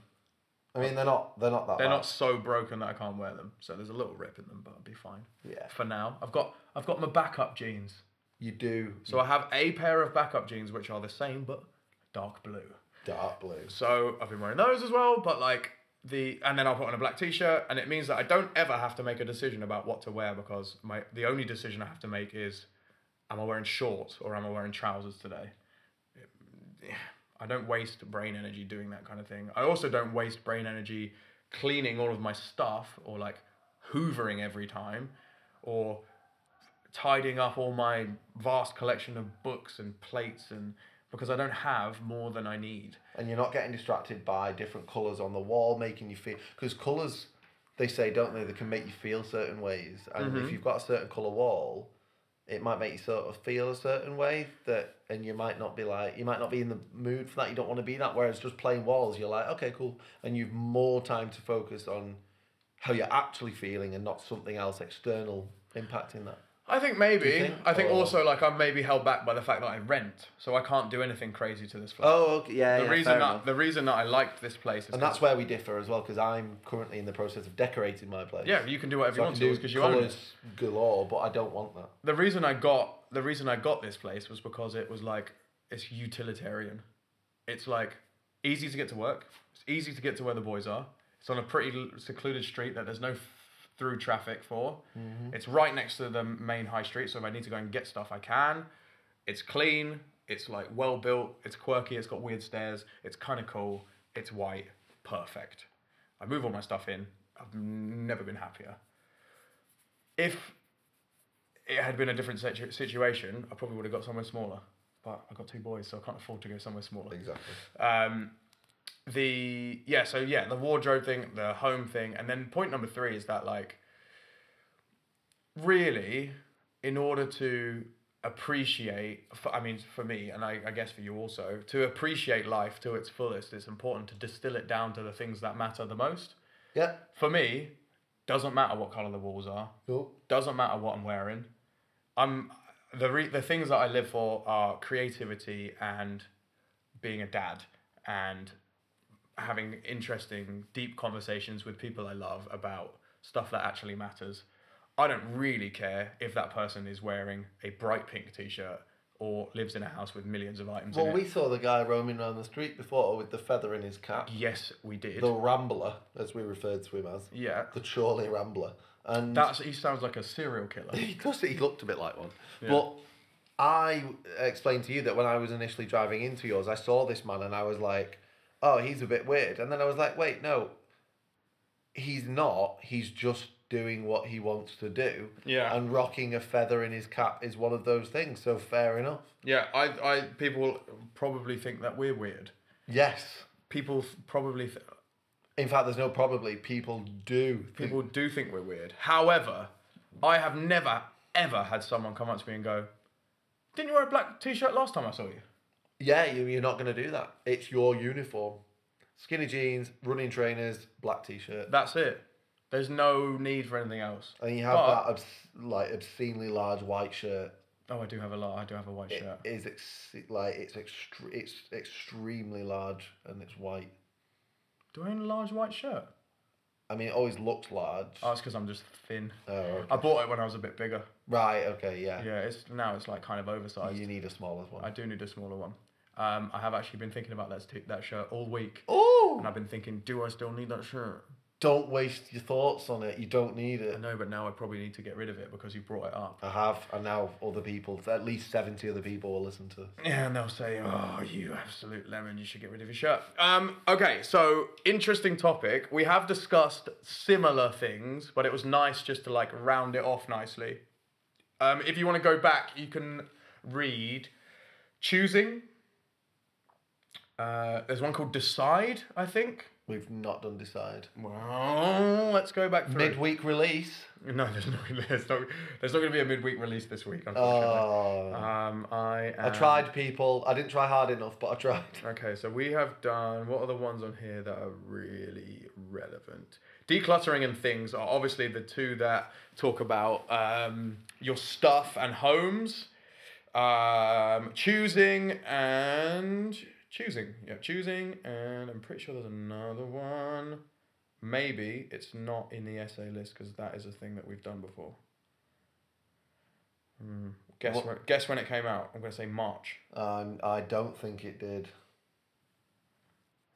I mean, they're not. They're not that.
They're
bad.
not so broken that I can't wear them. So there's a little rip in them, but I'll be fine.
Yeah.
For now, I've got I've got my backup jeans.
You do
So I have a pair of backup jeans which are the same but dark blue.
dark blue.
So I've been wearing those as well, but like the and then I'll put on a black t-shirt and it means that I don't ever have to make a decision about what to wear because my the only decision I have to make is am I wearing shorts or am I wearing trousers today? I don't waste brain energy doing that kind of thing. I also don't waste brain energy cleaning all of my stuff or like hoovering every time or tidying up all my vast collection of books and plates and because I don't have more than I need.
and you're not getting distracted by different colors on the wall making you feel because colors they say don't they they can make you feel certain ways and if you've got a certain color wall it might make you sort of feel a certain way that and you might not be like you might not be in the mood for that you don't want to be that whereas just playing walls you're like okay cool and you've more time to focus on how you're actually feeling and not something else external impacting that
I think maybe.
think?
I think
Or-
also like I'm maybe held back by the fact that I rent, so I can't do anything crazy to this place.
oh okay yeah
the
yeah,
reason
fair
that
enough.
the reason that I liked this place is
and that's where we differ as well because i'm currently in the process of decorating my place
yeah, you can do whatever
So
you
I
want
can
to
do
because you own it.
colours galore, but I don't want that.
The reason I got the reason I got this place was because it was like it's utilitarian. It's like easy to get to work. It's easy to get to where the boys are. It's on a pretty l- secluded street that there's no f- through traffic for. It's right next to the main high street, so if I need to go and get stuff, I can. It's clean. It's like well built. It's quirky. It's got weird stairs. It's kind of cool. It's white. Perfect. I move all my stuff in. I've never been happier. If it had been a different situ- situation, I probably would have got somewhere smaller. But I've got two boys, so I can't afford to go somewhere smaller.
Exactly.
Um, the yeah, so yeah, the wardrobe thing, the home thing, and then point number three is that like, really, in order to appreciate, for, I mean, for me, and I, I guess for you also, to appreciate life to its fullest, it's important to distill it down to the things that matter the most.
Yeah.
For me, doesn't matter what color the walls are,
Cool.
doesn't matter what I'm wearing. I'm the re- the things that I live for are creativity and being a dad and having interesting deep conversations with people I love about stuff that actually matters. I don't really care if that person is wearing a bright pink t-shirt or lives in a house with millions of items
Well,
in
we
it.
saw the guy roaming around the street before with the feather in his cap.
Yes, we did.
The Rambler, as we referred to him as.
yeah.
The Chorley Rambler. And
That's he sounds like a serial killer.
because he looked a bit like one. But I explained to you that when I was initially driving into yours, I saw this man and I was like, oh, he's a bit weird. And then I was like, wait, no, he's not. He's just doing what he wants to do.
Yeah.
And rocking a feather in his cap is one of those things. So fair enough.
Yeah, I, I people probably think that we're weird.
Yes.
People th- probably th-
In fact, there's no probably. People do. think-
people do think we're weird. However, I have never ever had someone come up to me and go, "Didn't you wear a black t-shirt last time I saw you?"
Yeah, you, you're not going to do that. It's your uniform. Skinny jeans, running trainers, black t shirt.
That's it. There's no need for anything else.
And you have
But-
that obs- like obscenely large white shirt.
Oh, I do have a lot. I do have a white shirt.
It is ex- like it's extre- it's extremely large and it's white.
Do I own a large white shirt?
I mean, it always looks large.
Oh, it's because I'm just thin.
Oh, okay.
I bought it when I was a bit bigger.
right. Okay. Yeah.
Yeah, it's now it's like kind of oversized.
You need a smaller one.
I do need a smaller one. Um, I have actually been thinking about that t- that shirt all week,
oh,
and I've been thinking, do I still need that shirt?
don't waste your thoughts on it. You don't need
I
it.
know, but now I probably need to get rid of it because you brought it up.
I have, and now other people, at least seventy other people, will listen to. This.
Yeah, and they'll say, "Oh, you absolute lemon! You should get rid of your shirt." Um, okay, so interesting topic. We have discussed similar things, but it was nice just to like round it off nicely. Um, if you want to go back, you can read choosing. Uh, there's one called decide, I think.
We've not done decide.
Well, let's go back through.
Midweek release.
no, there's no, *laughs* there's no, there's not going to be a midweek release this week, unfortunately.
Oh,
um, I
I
am-
tried, people. I didn't try hard enough, but I tried. *laughs*
Okay, so we have done. What are the ones on here that are really relevant? Decluttering and things are obviously the two that talk about um, your stuff and homes. Um, choosing and choosing. Yeah, choosing and I'm pretty sure there's another one. Maybe it's not in the essay list because that is a thing that we've done before. Hmm, Guess
What-
when, guess when it came out. I'm gonna say March.
Um, I don't think it did.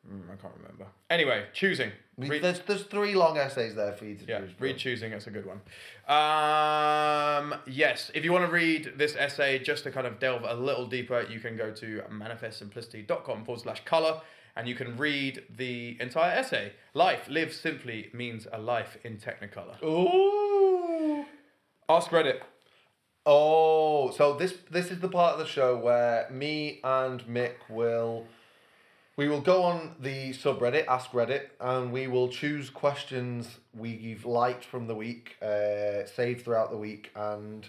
Mm, I can't remember. Anyway, choosing.
We-
Read,
there's there's three long essays there for you to
yeah,
choose. from.
read choosing. That's a good one. Um, yes, if you want to read this essay just to kind of delve a little deeper, you can go to manifestsimplicity.com forward slash color and you can read the entire essay. Life lived simply means a life in Technicolor.
Ooh.
Ask Reddit.
Oh, so this this is the part of the show where me and Mick will we will go on the subreddit, ask Reddit, and we will choose questions we've liked from the week, uh, saved throughout the week, and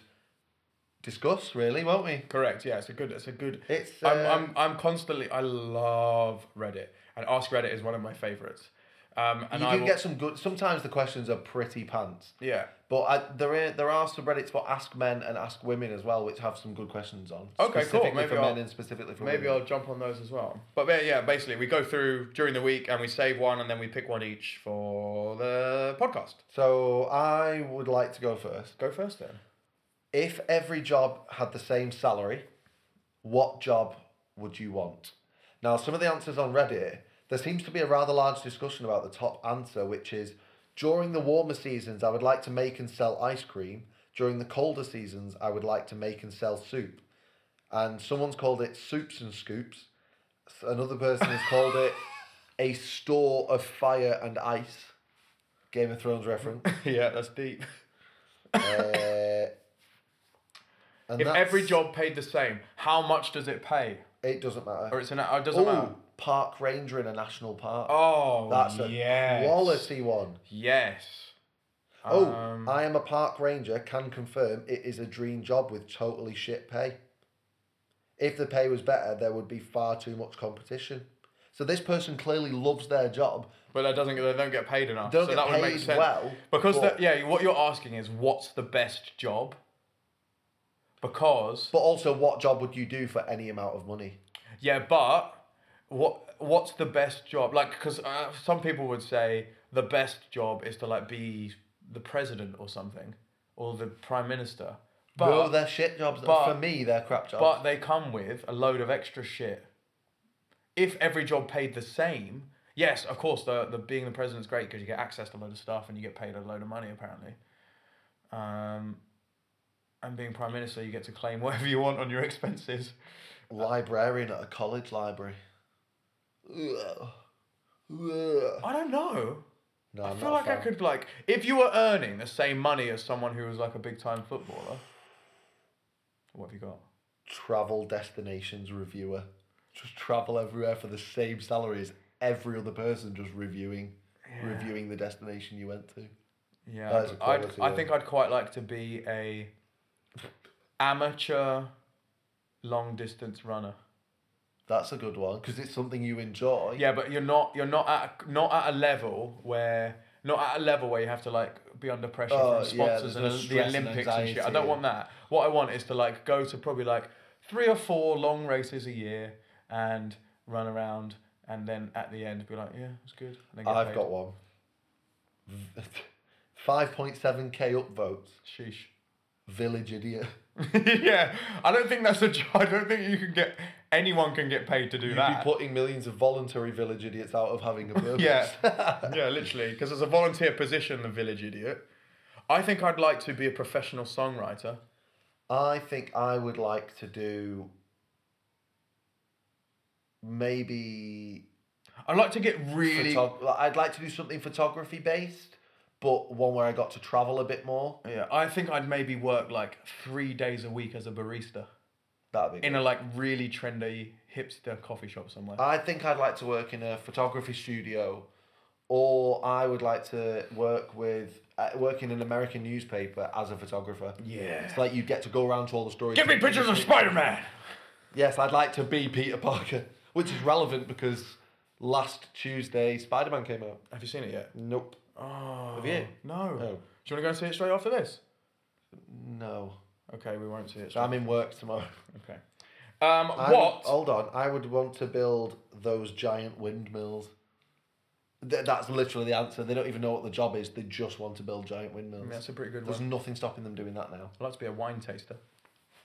discuss really, won't we?
Correct. Yeah, it's a good. It's a good.
It's,
I'm,
uh,
I'm, I'm constantly. I love Reddit, and Ask Reddit is one of my favorites. Um, and
you
I
do
will,
get some good. Sometimes the questions are pretty pants,
yeah.
but I, there are there are subreddits for Ask Men and Ask Women as well, which have some good questions on.
Okay, cool.
specifically
Maybe
for men
I'll-
and specifically for
Maybe
women.
I'll jump on those as well. But ba- yeah, basically, we go through during the week and we save one, and then we pick one each for the podcast.
So I would like to go first.
Go first then.
*laughs* If every job had the same salary, what job would you want? Now, some of the answers on Reddit, there seems to be a rather large discussion about the top answer, which is during the warmer seasons, I would like to make and sell ice cream. During the colder seasons, I would like to make and sell soup. And someone's called it soups and scoops. Another person has called it a store of fire and ice. Game of Thrones
*laughs*
reference.
yeah, that's deep.
Uh, and
If every
that's-
job paid the same, how much does it pay?
It doesn't
Or
matter.
it's an. uh, It doesn't matter.
Oh, park ranger in a national park.
Oh,
That's a
yes.
quality one.
Yes.
Oh,
Um,
I am a park ranger. Can confirm it is a dream job with totally shit pay. If the pay was better, there would be far too much competition. So this person clearly loves their job.
But that doesn't. They don't get paid enough.
Don't
so
get
that would make
paid
sense.
well,
because
but-
the, yeah, what you're asking is what's the best job? Because
But also, what job would you do for any amount of money?
yeah, but what what's the best job? Like, because uh, some people would say the best job is to like be the president or something, or the prime minister. But
Well, they're shit jobs.
but-
for me, they're crap jobs.
but they come with a load of extra shit. If every job paid the same, yes, of course, the, the being the president's great because you get access to a load of stuff and you get paid a load of money apparently. Um, and being prime minister, you get to claim *laughs* whatever you want on your expenses.
librarian at a college library. Ugh. Ugh.
I don't know.
No,
I
I'm
feel
not a
like I
fan.
could like if you were earning the same money as someone who was like a big time footballer. What have you got?
travel destinations reviewer. Just travel everywhere for the same salary as every other person, just reviewing, reviewing the destination you went to.
Yeah,
That is a
I'd,
quality,
I
yeah.
think I'd quite like to be a amateur long distance runner.
That's a good one because it's something you enjoy.
Yeah, but you're not you're not at a- not at a level where not at a level where you have to like be under pressure
Oh, yeah,
from sponsors
there's
and
no
the
stress and
Olympics and, shit. I
anxiety.
don't want that. What I want is to like go to probably like three or four long races a year and run around and then at the end be like, yeah, it's good. And then get
I've
paid.
got one. *laughs* Five point seven k upvotes.
sheesh.
Village idiot.
yeah, I don't think that's a job. I don't think you can get anyone can get paid to do *laughs*
You'd
that.
be putting millions of voluntary village idiots out of having
*laughs*
a purpose.
yeah, yeah, literally, because it's a volunteer position, the village idiot. I think I'd like to be a professional songwriter.
*laughs* I think I would like to do maybe
I'd like to get really.
photog- like, I'd like to do something photography based, but one where I got to travel a bit more.
yeah, I think I'd maybe work like three days a week as a barista
That'd be.
in
Good.
a like really trendy hipster coffee shop somewhere.
I think I'd like to work in a photography studio, or I would like to work with uh, work in an American newspaper as a photographer.
Yeah.
It's like you get to go around to all the stories.
Give me pictures of Spider Man.
Yes, I'd like to be Peter Parker, which is relevant because last Tuesday Spider Man came out.
Have you seen it yet?
Nope.
Oh,
Have you?
No. Do you
No.
want to go and see it straight after this?
No.
Okay, we won't see it.
I'm in work tomorrow.
Okay. Um,
I would-
what?
hold on. I would want to build those giant windmills. Th- that's literally the answer. They don't even know what the job is. They just want to build giant windmills.
That's a pretty good
There's
one.
nothing stopping them doing that now.
I'd like to be a wine taster.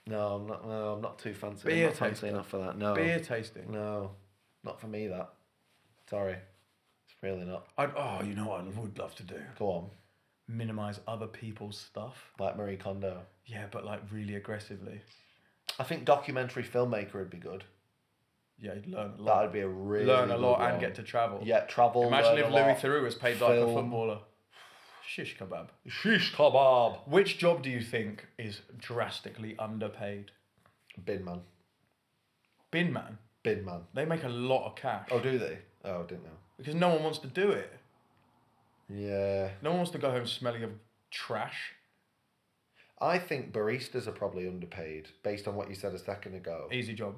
No, I'm not. No, I'm not too fancy. I'm
Beer
not fancy
taster.
enough for that. No,
Beer tasting.
no, not for me. That. Sorry, it's really not.
I'd, oh, you know what I would love to do?
Go on,
Minimize other people's stuff.
like Marie Kondo.
Yeah, but like really aggressively.
I think documentary filmmaker would be good.
Yeah, you'd learn a
That
lot.
would be a really
learn a lot
good
and
one.
get to travel.
yeah travel.
Imagine
learn
if
a
Louis Theroux
lot.
was paid like a
film.
footballer. shish kebab.
Sheesh kebab.
Which job do you think is drastically underpaid?
Bin man.
Bin man.
Bin man.
They make a lot of cash
Oh, do they? Oh, I didn't know.
because no one wants to do it.
Yeah.
No one wants to go home smelling of trash.
I think baristas are probably underpaid based on what you said a second ago.
Easy job.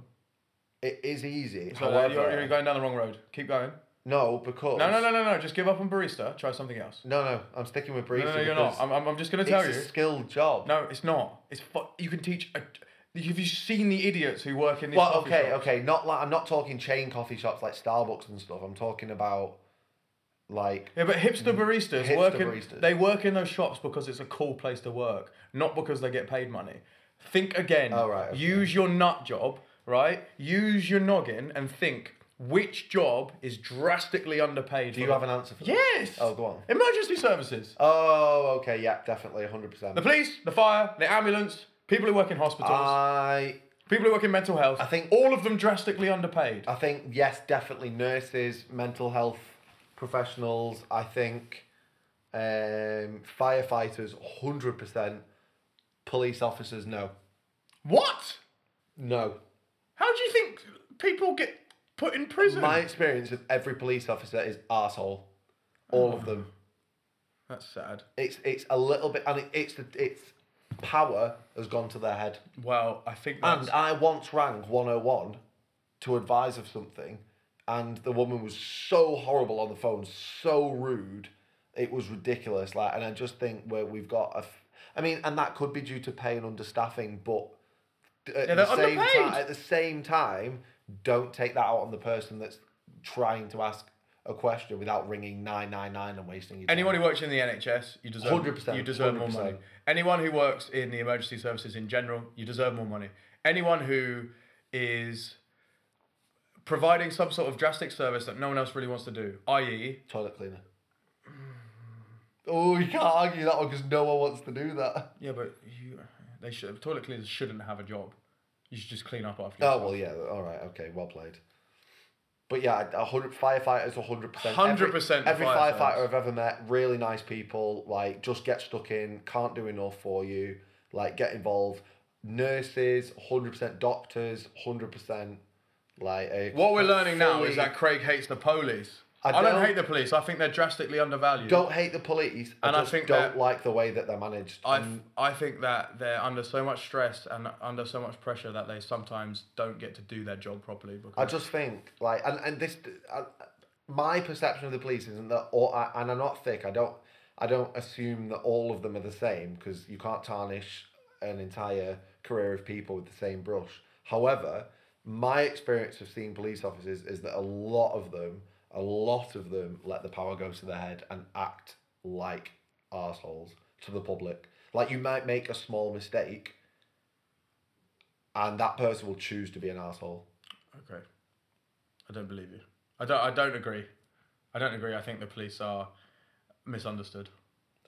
It is easy.
So
however,
you're, you're going down the wrong road. Keep going.
no, because
No, no, no, no, no. Just give up on barista. Try something else.
no, no. I'm sticking with barista.
No, no, no you're
because
not. I'm, I'm, I'm just gonna
it's
tell
a
you.
skilled job.
No, it's not. It's fu- you can teach. A, have you seen the idiots who work in these?
Well,
coffee
okay,
shops?
okay. Not like I'm not talking chain coffee shops like Starbucks and stuff. I'm talking about like
Yeah, but hipster baristas
Mm. Hipster
work in
baristas.
they work in those shops because it's a cool place to work, not because they get paid money. Think again.
Oh, right, okay.
Use your nut job, right? Use your noggin and think which job is drastically underpaid.
do you have an answer for that?
Yes.
Oh, go on.
Emergency services.
Oh, okay. Yeah, definitely 100%.
The police, the fire, the ambulance, people who work in hospitals,
I
people who work in mental health. I
Uh, think- Uh,
all of them drastically underpaid.
I think yes, definitely nurses, mental health professionals. I think um, firefighters, hundred percent. Police officers, no,
what?
no.
How do you think people get put in prison?
My experience with every police officer is asshole. All of them.
That's sad.
It's it's a little bit, and it, it's the it's power has gone to their head.
Well, I think that's
And I once rang one hundred and one to advise of something, and the woman was so horrible on the phone, so rude, it was ridiculous. Like, and I just think where we've got a, f- I mean, and that could be due to pay and understaffing, but at
Yeah,
the
they're
same
underpaid.
time, at the same time, don't take that out on the person that's trying to ask a question without ringing nine nine nine and wasting your time.
Anyone who works in the NHS, you deserve
100%,
you deserve more
100%.
money. Anyone who works in the emergency services in general, you deserve more money. Anyone who is providing some sort of drastic service that no one else really wants to do, i.e.,
toilet cleaner. Oh, you can't argue that one because no one wants to do that.
yeah, but you, they should toilet cleaners shouldn't have a job. You should just clean up after.
Oh well, yeah. All right. Okay. Well played. But yeah, a hundred firefighters, a hundred percent. Every-
100%
Every
fire
firefighter
service.
I've ever met, really nice people. Like, just get stuck in. Can't do enough for you. Like, get involved. Nurses, hundred percent. Doctors, hundred percent. Like, a
What we're learning now
fully-
is that Craig hates the police.
I
I don't,
don't-
hate the police. I think they're drastically undervalued.
don't hate the police.
And
I
I
just
think
don't
that-
like the way that they're managed.
I,
And
f- I think that they're under so much stress and under so much pressure that they sometimes don't get to do their job properly. Because
I just think like and and this uh, my perception of the police isn't that all I, and I'm not thick. I don't I don't assume that all of them are the same because you can't tarnish an entire career of people with the same brush. However, my experience of seeing police officers is that a lot of them, a lot of them let the power go to their head and act like assholes to the public. Like you might make a small mistake and that person will choose to be an asshole.
Okay. I don't believe you. I don't. I don't agree. I don't agree. I think the police are misunderstood.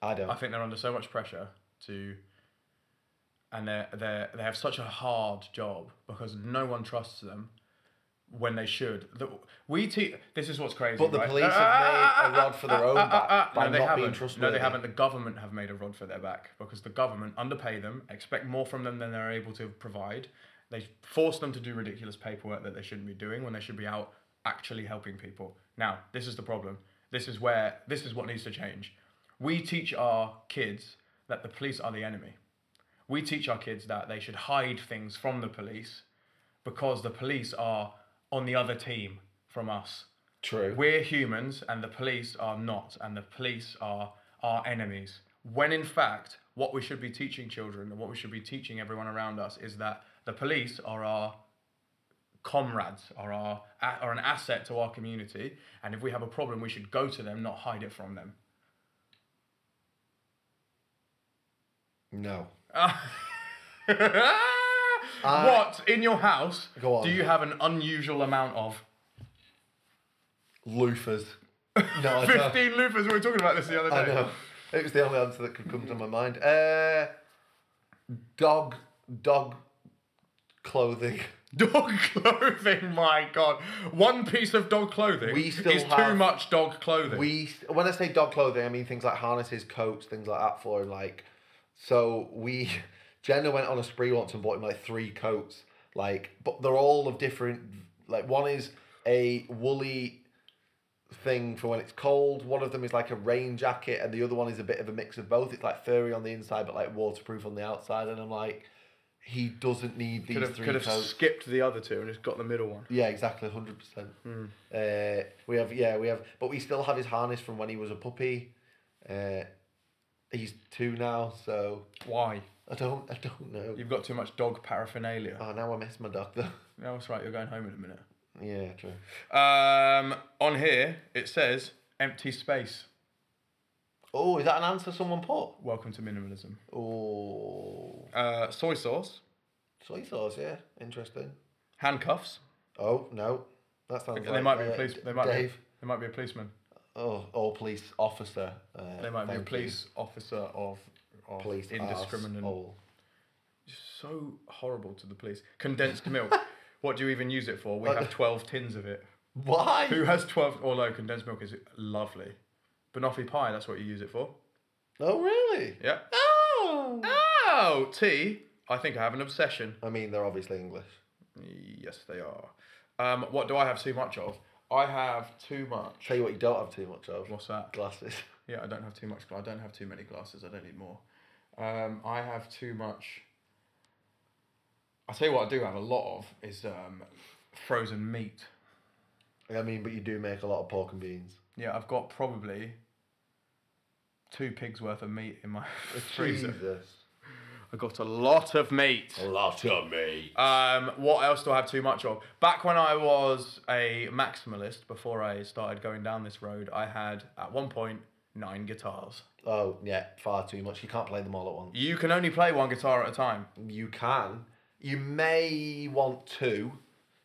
I don't.
I think they're under so much pressure to, and they are they are they have such a hard job because no one trusts them when they should. The, we te- This is what's crazy.
But the
right? Ah,
police have made a rod for their own back by
no, they
not being
haven't.
trustworthy.
no, they haven't. The government have made a rod for their back because the government underpay them, expect more from them than they're able to provide. They force them to do ridiculous paperwork that they shouldn't be doing when they should be out actually helping people. Now, this is the problem. This is where this is what needs to change. We teach our kids that the police are the enemy. We teach our kids that they should hide things from the police because the police are on the other team from us.
True.
We're humans and the police are not, and the police are our enemies. When in fact, what we should be teaching children and what we should be teaching everyone around us is that the police are our comrades, are, our, are an asset to our community, and if we have a problem, we should go to them, not hide it from them. *laughs*
no.
what in your house
Go on.
do you have an unusual amount of?
*laughs* Loofers. No, I don't.
15 loopers, we were talking about this the other
I
day. *laughs*
know. It was the only answer that could come to my mind. Uh, dog, dog clothing.
Dog clothing, my god. One piece of dog clothing
We still
is too
have-
much dog clothing.
We when I say dog clothing, I mean things like harnesses, coats, things like that for him. Like, so we *laughs* Jenna went on a spree once and bought him like three coats. Like, but they're all of different. Like, one is a woolly thing for when it's cold. One of them is like a rain jacket, and the other one is a bit of a mix of both. It's like furry on the inside, but like waterproof on the outside. And I'm like, he doesn't need these
Could have,
three
could have
coats.
skipped the other two and just got the middle one.
Yeah, exactly, hundred
Hmm.
percent. Uh, we have, yeah, we have, but we still have his harness from when he was a puppy. Uh, he's two now, so
Why?
I don't, I don't know.
You've got too much dog paraphernalia.
Oh, now I miss my dog though. *laughs*
no, that's right. You're going home in a minute.
yeah, true.
Um, on here it says empty space.
Oh, is that an answer someone put?
Welcome to minimalism.
Oh,
Uh, soy sauce,
soy sauce. Yeah, interesting.
handcuffs.
Oh no, that sounds.
they
like,
might be
uh,
a police.
D-
They might
Dave.
be. They might be a policeman.
Oh, or police officer. Uh,
They might be a
thank you.
police officer of, of
Police
indiscriminate.
arsehole.
So horrible to the police. Condensed milk. what do you even use it for? We have twelve tins of it.
Why?
Who has twelve? Although condensed milk is lovely. Banoffee pie. That's what you use it for.
Oh really?
Yeah.
Oh.
Oh, tea. I think I have an obsession.
I mean, they're obviously English.
Yes, they are. Um, what do I have too much of? I have too much.
Tell you what, you don't have too much of
What's that?
glasses. *laughs*
Yeah, I don't have too much. gla- I don't have too many glasses. I don't need more. Um, I have too much. I tell you what, I do have a lot of is um, frozen meat.
I mean, but you do make a lot of pork and beans.
Yeah, I've got probably two pigs worth of meat in my *laughs* freezer.
Jesus.
I got a lot of meat.
A lot of me.
Um, what else do I have too much of? Back when I was a maximalist, before I started going down this road, I had at one point nine guitars.
Oh yeah, far too much. You can't play them all at once.
You can only play one guitar at a time.
You can. You may want two.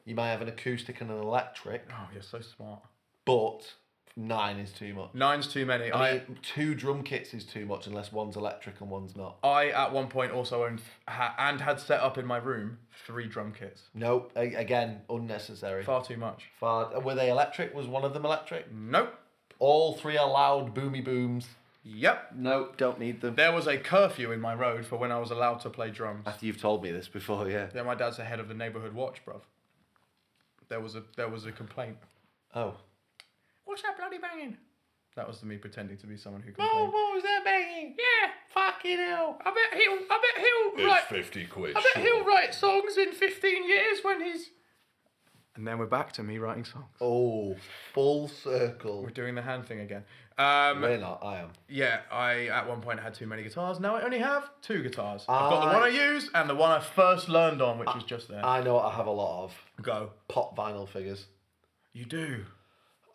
You may have an acoustic and an electric,
Oh, you're so smart.
but nine is too much.
Nine's too many.
I
I
mean, two drum kits is too much unless one's electric and one's not.
I at one point also owned ha- and had set up in my room three drum kits.
Nope. a- Again, unnecessary.
Far Mm. too much.
Far. Were they electric? Was one of them electric?
Nope.
All three are loud boomy booms.
Yep.
Nope, don't need them.
There was a curfew in my road for when I was allowed to play drums.
After you've told me this before, yeah.
Then my dad's the head of the neighborhood watch, bruv. There was a there was a complaint.
Oh.
What's that bloody banging? That was me pretending to be someone who complained.
Oh, what was that banging?
Yeah,
Fucking hell.
I bet he'll. I bet he'll write.
fifty quid.
I bet he'll write songs in fifteen years when he's. And then we're back to me writing songs.
Oh, full circle.
We're doing the hand thing again. Um,
We're not, I am.
yeah, I at one point had too many guitars. Now I only have two guitars. I've got the one I
I-
use and the one I first learned on, which was just there.
I know what I have a lot of.
Go.
Pop vinyl figures.
You do.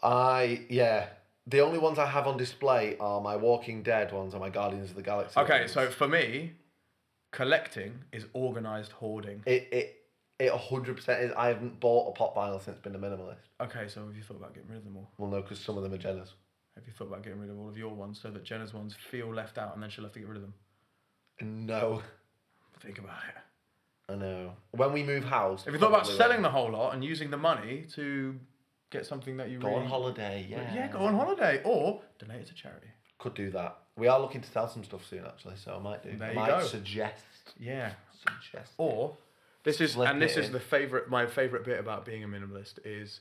I, yeah. The only ones I have on display are my Walking Dead ones and my Guardians of the Galaxy
Okay,
ones.
so for me, collecting is organized hoarding.
It, it, it 100% is. I haven't bought a pop vinyl since been a minimalist.
Okay, so have you thought about getting rid of them all?
Well, no, because some of them are jealous.
Have you thought about getting rid of all of your ones so that Jenna's ones feel left out and then she'll have to get rid of them?
No.
Think about it.
I know. When we move house.
Have you thought about
probably
selling
then.
the whole lot and using the money to get something that you
Go
really
on holiday, yeah.
Yeah, go on holiday or donate it to charity.
Could do that. We are looking to sell some stuff soon, actually, so I might do.
There
I
you
might
go.
suggest.
Yeah.
Suggest.
Or this is
Slip
and this
it
is
in.
the favorite my favorite bit about being a minimalist is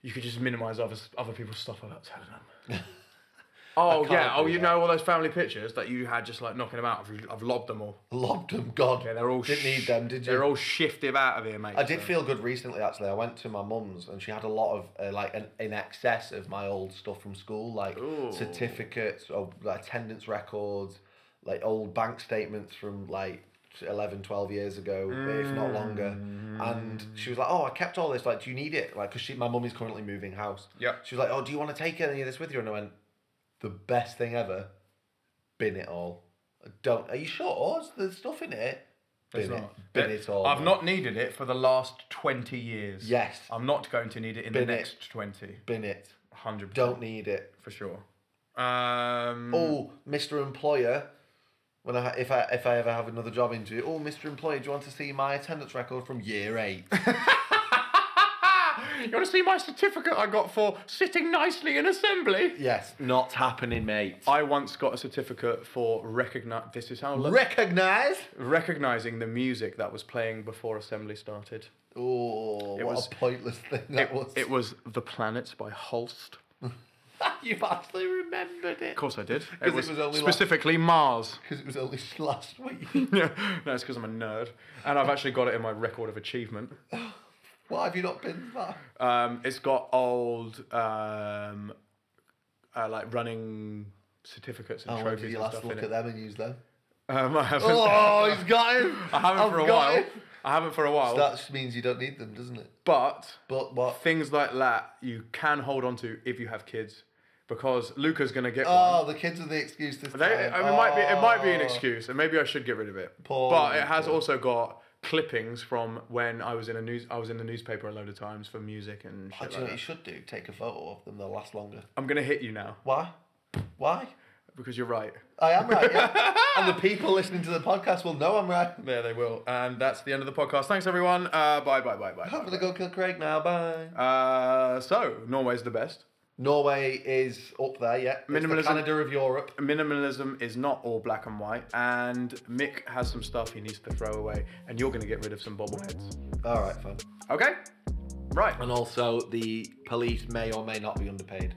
you could just minimize other other people's stuff without telling them.
*laughs*
oh
can't
yeah, oh
do
you
that.
know all those family pictures that you had just like knocking them out. I've, I've lobbed them all.
Lobbed them, God.
Yeah, they're all
Didn't need them, did you?
They're all shifted out of here, mate.
I did
so-
feel good recently, actually. I went to my mum's and she had a lot of, uh, like, an, in excess of my old stuff from school, like certificates, of like, attendance records, like old bank statements from, like, 11, 12 years ago, if not longer. And she was like, Oh, I kept all this. Like, do you need it? Like, because my mum is currently moving house.
Yep.
She was like, "Oh, do you want to take any of this with you?" And I went, "The best thing ever, bin it all. I don't. Are you sure? Is there stuff in it? Bin
It's
it.
not.
Bin it all.
I've
man.
not needed it for the last 20 years.
Yes.
I'm not going to need it in
Bin
the
it.
next 20.
bin it.
100%.
Don't need it.
For sure. Um,
Oh, Mister Employer, when I ha- if I if I ever have another job interview, oh, Mr. Employee, do you want to see my attendance record from year
*laughs*
eight?
*gasps* You want to see my certificate I got for sitting nicely in assembly?
yes, not happening, mate.
I once got a certificate for recognize. This is how
Recognize?
recognizing the music that was playing before assembly started.
Oh, what
was-
a pointless thing that
It
was.
was, it was The Planets by Holst.
*laughs* You've actually remembered it
Of course I did. It
it
was,
was only last-
specifically Mars. *laughs*
because it was only *laughs* last week.
Yeah, no, it's because I'm a nerd, and I've actually got it in my record of achievement.
Why have you not been that?
Um, it's got old, um, uh, like running certificates and
Oh, when
trophies
did you
and
last
stuff
look
in
at
it.
them and use them?
*laughs* Um, I haven't,
Oh, he's got him.
*laughs* I haven't
I've
for a
got
while.
him.
I haven't for a while.
That means you don't need them, doesn't it?
but
But what?
things like that you can hold on to if you have kids, because Luca's gonna get one.
Oh, the kids are the excuse this
They,
time.
I mean, it might be it might be an
Oh.
excuse, and maybe I should get rid of it.
Poor
but it has
Luca.
also got clippings from when I was in a news I was in the newspaper a load of times for music and
Oh,
shit
do you know
like
what you
that.
should do? Take a photo of them. They'll last longer.
I'm gonna hit you now
Why? Why?
because you're right.
I am right. *laughs* Yeah. and the people listening to the podcast will know I'm right. *laughs*
There they will, and that's the end of the podcast. Thanks everyone. Uh, bye bye bye bye.
I'm gonna go kill Craig now. Bye.
Uh, so Norway's the best.
Norway is up there. Yeah. It's the
Minimalism-
Canada of Europe.
Minimalism is not all black and white, and Mick has some stuff he needs to throw away, and you're gonna get rid of some bobbleheads.
All right, fine.
Okay, right.
And also, the police may or may not be underpaid.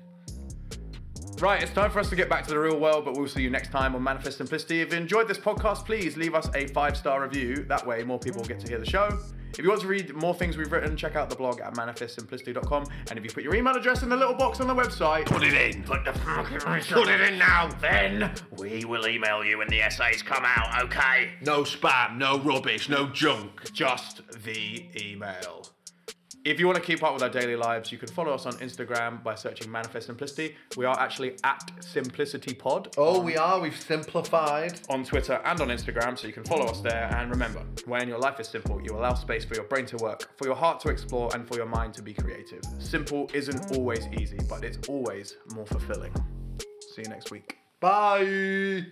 Right, it's time for us to get back to the real world, but we'll see you next time on Manifest Simplicity. If you enjoyed this podcast, please leave us a five star review. That way, more people get to hear the show. If you want to read more things we've written, check out the blog at manifestsimplicity.com. And if you put your email address in the little box on the website,
Put it in. Put the put it in now. Then we will email you when the essays come out. Okay.
No spam. No rubbish. No junk.
just the email. If you want to keep up with our daily lives, you can follow us on Instagram by searching Manifest Simplicity. We are actually at Simplicity Pod
Oh, we are. We've simplified.
on Twitter and on Instagram, so you can follow us there. And remember, when your life is simple, you allow space for your brain to work, for your heart to explore, and for your mind to be creative. Simple isn't always easy, but it's always more fulfilling. See you next week.
Bye.